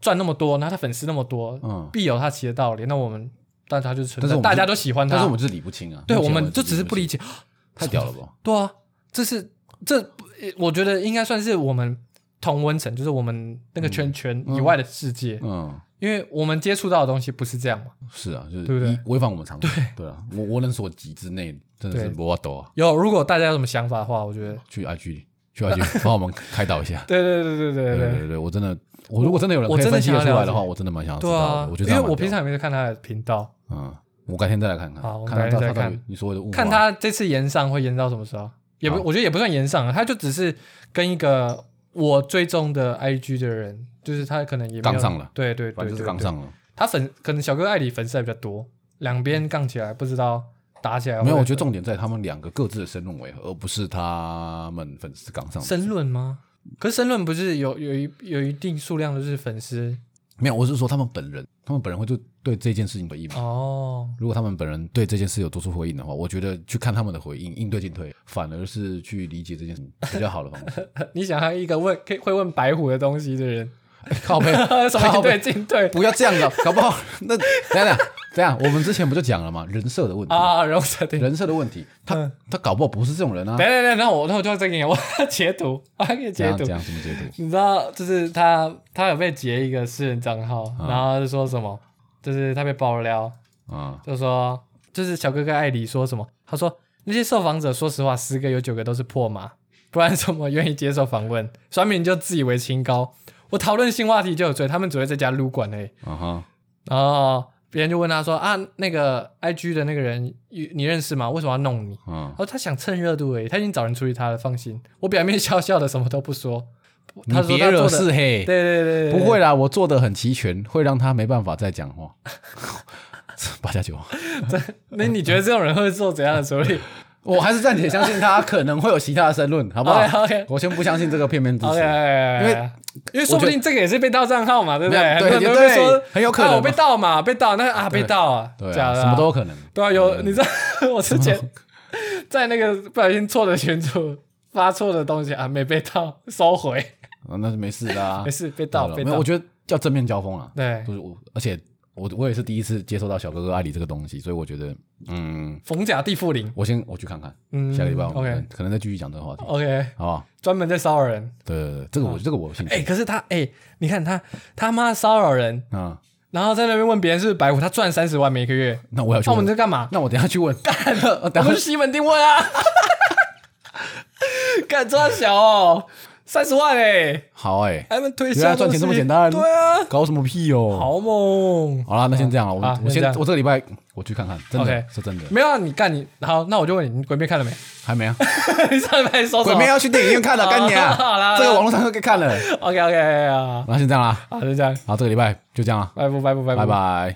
Speaker 1: 赚那么多，然后他粉丝那么多，
Speaker 2: 嗯
Speaker 1: 必有他其的道理。那我们大家就存
Speaker 2: 但是
Speaker 1: 在，
Speaker 2: 我们
Speaker 1: 大家都喜欢他，
Speaker 2: 但是我们就是理不清啊。
Speaker 1: 对，
Speaker 2: 目前
Speaker 1: 我们
Speaker 2: 为止
Speaker 1: 就只是不理解。
Speaker 2: 太屌了吧？
Speaker 1: 对啊，这是这呃我觉得应该算是我们同温层，就是我们那个圈圈以外的世界，
Speaker 2: 嗯，
Speaker 1: 因为我们接触到的东西不是这样嘛。
Speaker 2: 是啊，就是
Speaker 1: 对不对
Speaker 2: 一违反我们常识。对啊，我我能所及之内，真的是
Speaker 1: 对
Speaker 2: 没法抖啊。
Speaker 1: 有，如果大家有什么想法的话，我觉得，。
Speaker 2: 去 IG 去 IG (laughs) 帮我们开导一下
Speaker 1: 对对对对对
Speaker 2: 对对对对，我真的，我如果真的有人
Speaker 1: 我
Speaker 2: 可以
Speaker 1: 真的
Speaker 2: 分析得
Speaker 1: 想
Speaker 2: 出
Speaker 1: 要
Speaker 2: 来
Speaker 1: 了
Speaker 2: 的话，
Speaker 1: 解
Speaker 2: 我真的蛮想要知
Speaker 1: 对
Speaker 2: 道
Speaker 1: 啊
Speaker 2: 的。我，觉
Speaker 1: 因
Speaker 2: 得这
Speaker 1: 为
Speaker 2: 样蛮
Speaker 1: 我平常
Speaker 2: 屌
Speaker 1: 也没在看他的频道，
Speaker 2: 的嗯，我改天再来看看，
Speaker 1: 好我们
Speaker 2: 看
Speaker 1: 改
Speaker 2: 看
Speaker 1: 天再
Speaker 2: 到到底
Speaker 1: 看
Speaker 2: 你所谓的物化
Speaker 1: 看他这次延上会延到什么时候？也不，
Speaker 2: 好
Speaker 1: 我觉得也不算延上啊，他就只是跟一个我追踪的 IG 的人，就是他可能也没有
Speaker 2: 杠上了，
Speaker 1: 对对对
Speaker 2: 反
Speaker 1: 对，
Speaker 2: 正就是
Speaker 1: 对
Speaker 2: 刚，上了。
Speaker 1: 他粉可能小哥艾里粉丝还比较多，两边杠起来，不知道打起来
Speaker 2: 没有，
Speaker 1: 会
Speaker 2: 我觉得重点在他们两个各自的申论为何，而不是他们粉丝刚上的。
Speaker 1: 申论吗？可是申论不是有有一有一定数量的就是粉丝
Speaker 2: 没有，我是说他们本人，他们本人会对对这件事情回应吗？
Speaker 1: 哦，
Speaker 2: 如果他们本人对这件事有做出回应的话，我觉得去看他们的回应，应对进退，反而是去理解这件事情比较好的方
Speaker 1: (laughs)
Speaker 2: 式。
Speaker 1: 你想要一个问可以会问白虎的东西的人，
Speaker 2: 靠背，
Speaker 1: 什么应
Speaker 2: 靠
Speaker 1: 对
Speaker 2: 背，
Speaker 1: 进退
Speaker 2: 不要这样啊搞，搞不好那等一下等一下，我们之前不就讲了吗？人设的问题，
Speaker 1: 啊，嗯容设定。
Speaker 2: 人设的问题，他他搞不好不是这种人啊。
Speaker 1: 等等等，那我那我就再给你我 (laughs) 截图，我还可以
Speaker 2: 这
Speaker 1: 截
Speaker 2: 样
Speaker 1: 图
Speaker 2: 这。样什么解读？
Speaker 1: 你知道，就是他他有被截一个私人账号，然后就说什么，就是他被爆料，
Speaker 2: 啊，
Speaker 1: 就说就是小哥哥艾里说什么，他说那些受访者说实话十个有九个都是破马，不然怎么愿意接受访问？酸民就自以为清高，我讨论新话题就有罪，他们只会在家撸管而已。
Speaker 2: 啊哈，
Speaker 1: 然后别人就问他说啊，那个 IG 的那个人你你认识吗？为什么要弄你？
Speaker 2: 嗯
Speaker 1: 然，后他想蹭热度而欸已，他已经找人处理他了，放心。我表面笑笑的，什么都不说。他
Speaker 2: 你
Speaker 1: 说
Speaker 2: 别
Speaker 1: 他
Speaker 2: 惹
Speaker 1: 做的，
Speaker 2: 是
Speaker 1: 对
Speaker 2: 嘿，
Speaker 1: 对对，对
Speaker 2: 不会，啦，我做的很齐全，会让他没办法再讲话。 (laughs) 八加九，
Speaker 1: 那你觉得这种人会做怎样的处理
Speaker 2: 我还是暂且相
Speaker 1: (laughs)
Speaker 2: 信他可能会有其他的申论，好不好
Speaker 1: OK，OK
Speaker 2: 我先不相信这个片面之词。
Speaker 1: ？OK，因哎为因为说不定这个也是被盗账号嘛，对不
Speaker 2: 没有
Speaker 1: 很多人
Speaker 2: 对
Speaker 1: 都会
Speaker 2: 对
Speaker 1: 说
Speaker 2: 很有可能
Speaker 1: 啊
Speaker 2: 嘛
Speaker 1: 我被盗嘛，被盗那啊被盗啊，
Speaker 2: 对
Speaker 1: 假
Speaker 2: 啊，
Speaker 1: 的啊
Speaker 2: 什么都有可能。
Speaker 1: 对啊，有你知道 (laughs) 我之前 (laughs) 在那个不小心错的群组发错的东西啊，没被盗，收回，
Speaker 2: 啊那是没事的啊，
Speaker 1: (laughs) 没事被盗
Speaker 2: 对了
Speaker 1: 被
Speaker 2: 没有，
Speaker 1: 盗
Speaker 2: 我，觉得要正面交锋啊。
Speaker 1: 对
Speaker 2: 就，是我，而且我我也是第一次接受到小哥哥爱理这个东西，所以我觉得，嗯，
Speaker 1: 逢甲地缚灵，
Speaker 2: 我先我去看看，
Speaker 1: 嗯，
Speaker 2: 下个礼拜我们
Speaker 1: OK 哦
Speaker 2: 可能再继续讲这个话题，
Speaker 1: OK，
Speaker 2: 好不好？
Speaker 1: 专门在骚扰人。
Speaker 2: 对对对，这个我这个我有兴
Speaker 1: 哎、
Speaker 2: 趣。
Speaker 1: 可是他哎、你看他他妈骚扰人，
Speaker 2: 啊，
Speaker 1: 然后在那边问别人是不是白虎，他赚三十万每个月，
Speaker 2: 那我要去
Speaker 1: 那我们
Speaker 2: 问，
Speaker 1: 在干嘛？
Speaker 2: 那我等一下
Speaker 1: (laughs)
Speaker 2: 去问。
Speaker 1: 我们去西门町问啊！敢抓小哦，三十万哎、欸，
Speaker 2: 好哎、
Speaker 1: 还能推销
Speaker 2: 原来赚钱这么简单
Speaker 1: 东西对啊，
Speaker 2: 搞什么屁哦！，
Speaker 1: 好猛。
Speaker 2: 好啦，那先这样啊了，我、
Speaker 1: 好
Speaker 2: 我
Speaker 1: 先这
Speaker 2: 先
Speaker 1: 样
Speaker 2: 我这个礼拜我去看看，真的
Speaker 1: OK
Speaker 2: 是真的，
Speaker 1: 没有啊，你干你好，那我就问你，你鬼灭看了没？ (laughs)
Speaker 2: 还没啊，
Speaker 1: 你上礼拜说什
Speaker 2: 鬼
Speaker 1: 么
Speaker 2: 妹要去电影院看了，干你啊！
Speaker 1: 好啦好啦
Speaker 2: 这个网络上都可以看了，
Speaker 1: ？OK OK 啊，
Speaker 2: 那先这样啦，
Speaker 1: 好，就这样，
Speaker 2: 好，这个礼拜就这样了，
Speaker 1: 拜拜拜拜拜
Speaker 2: 拜拜。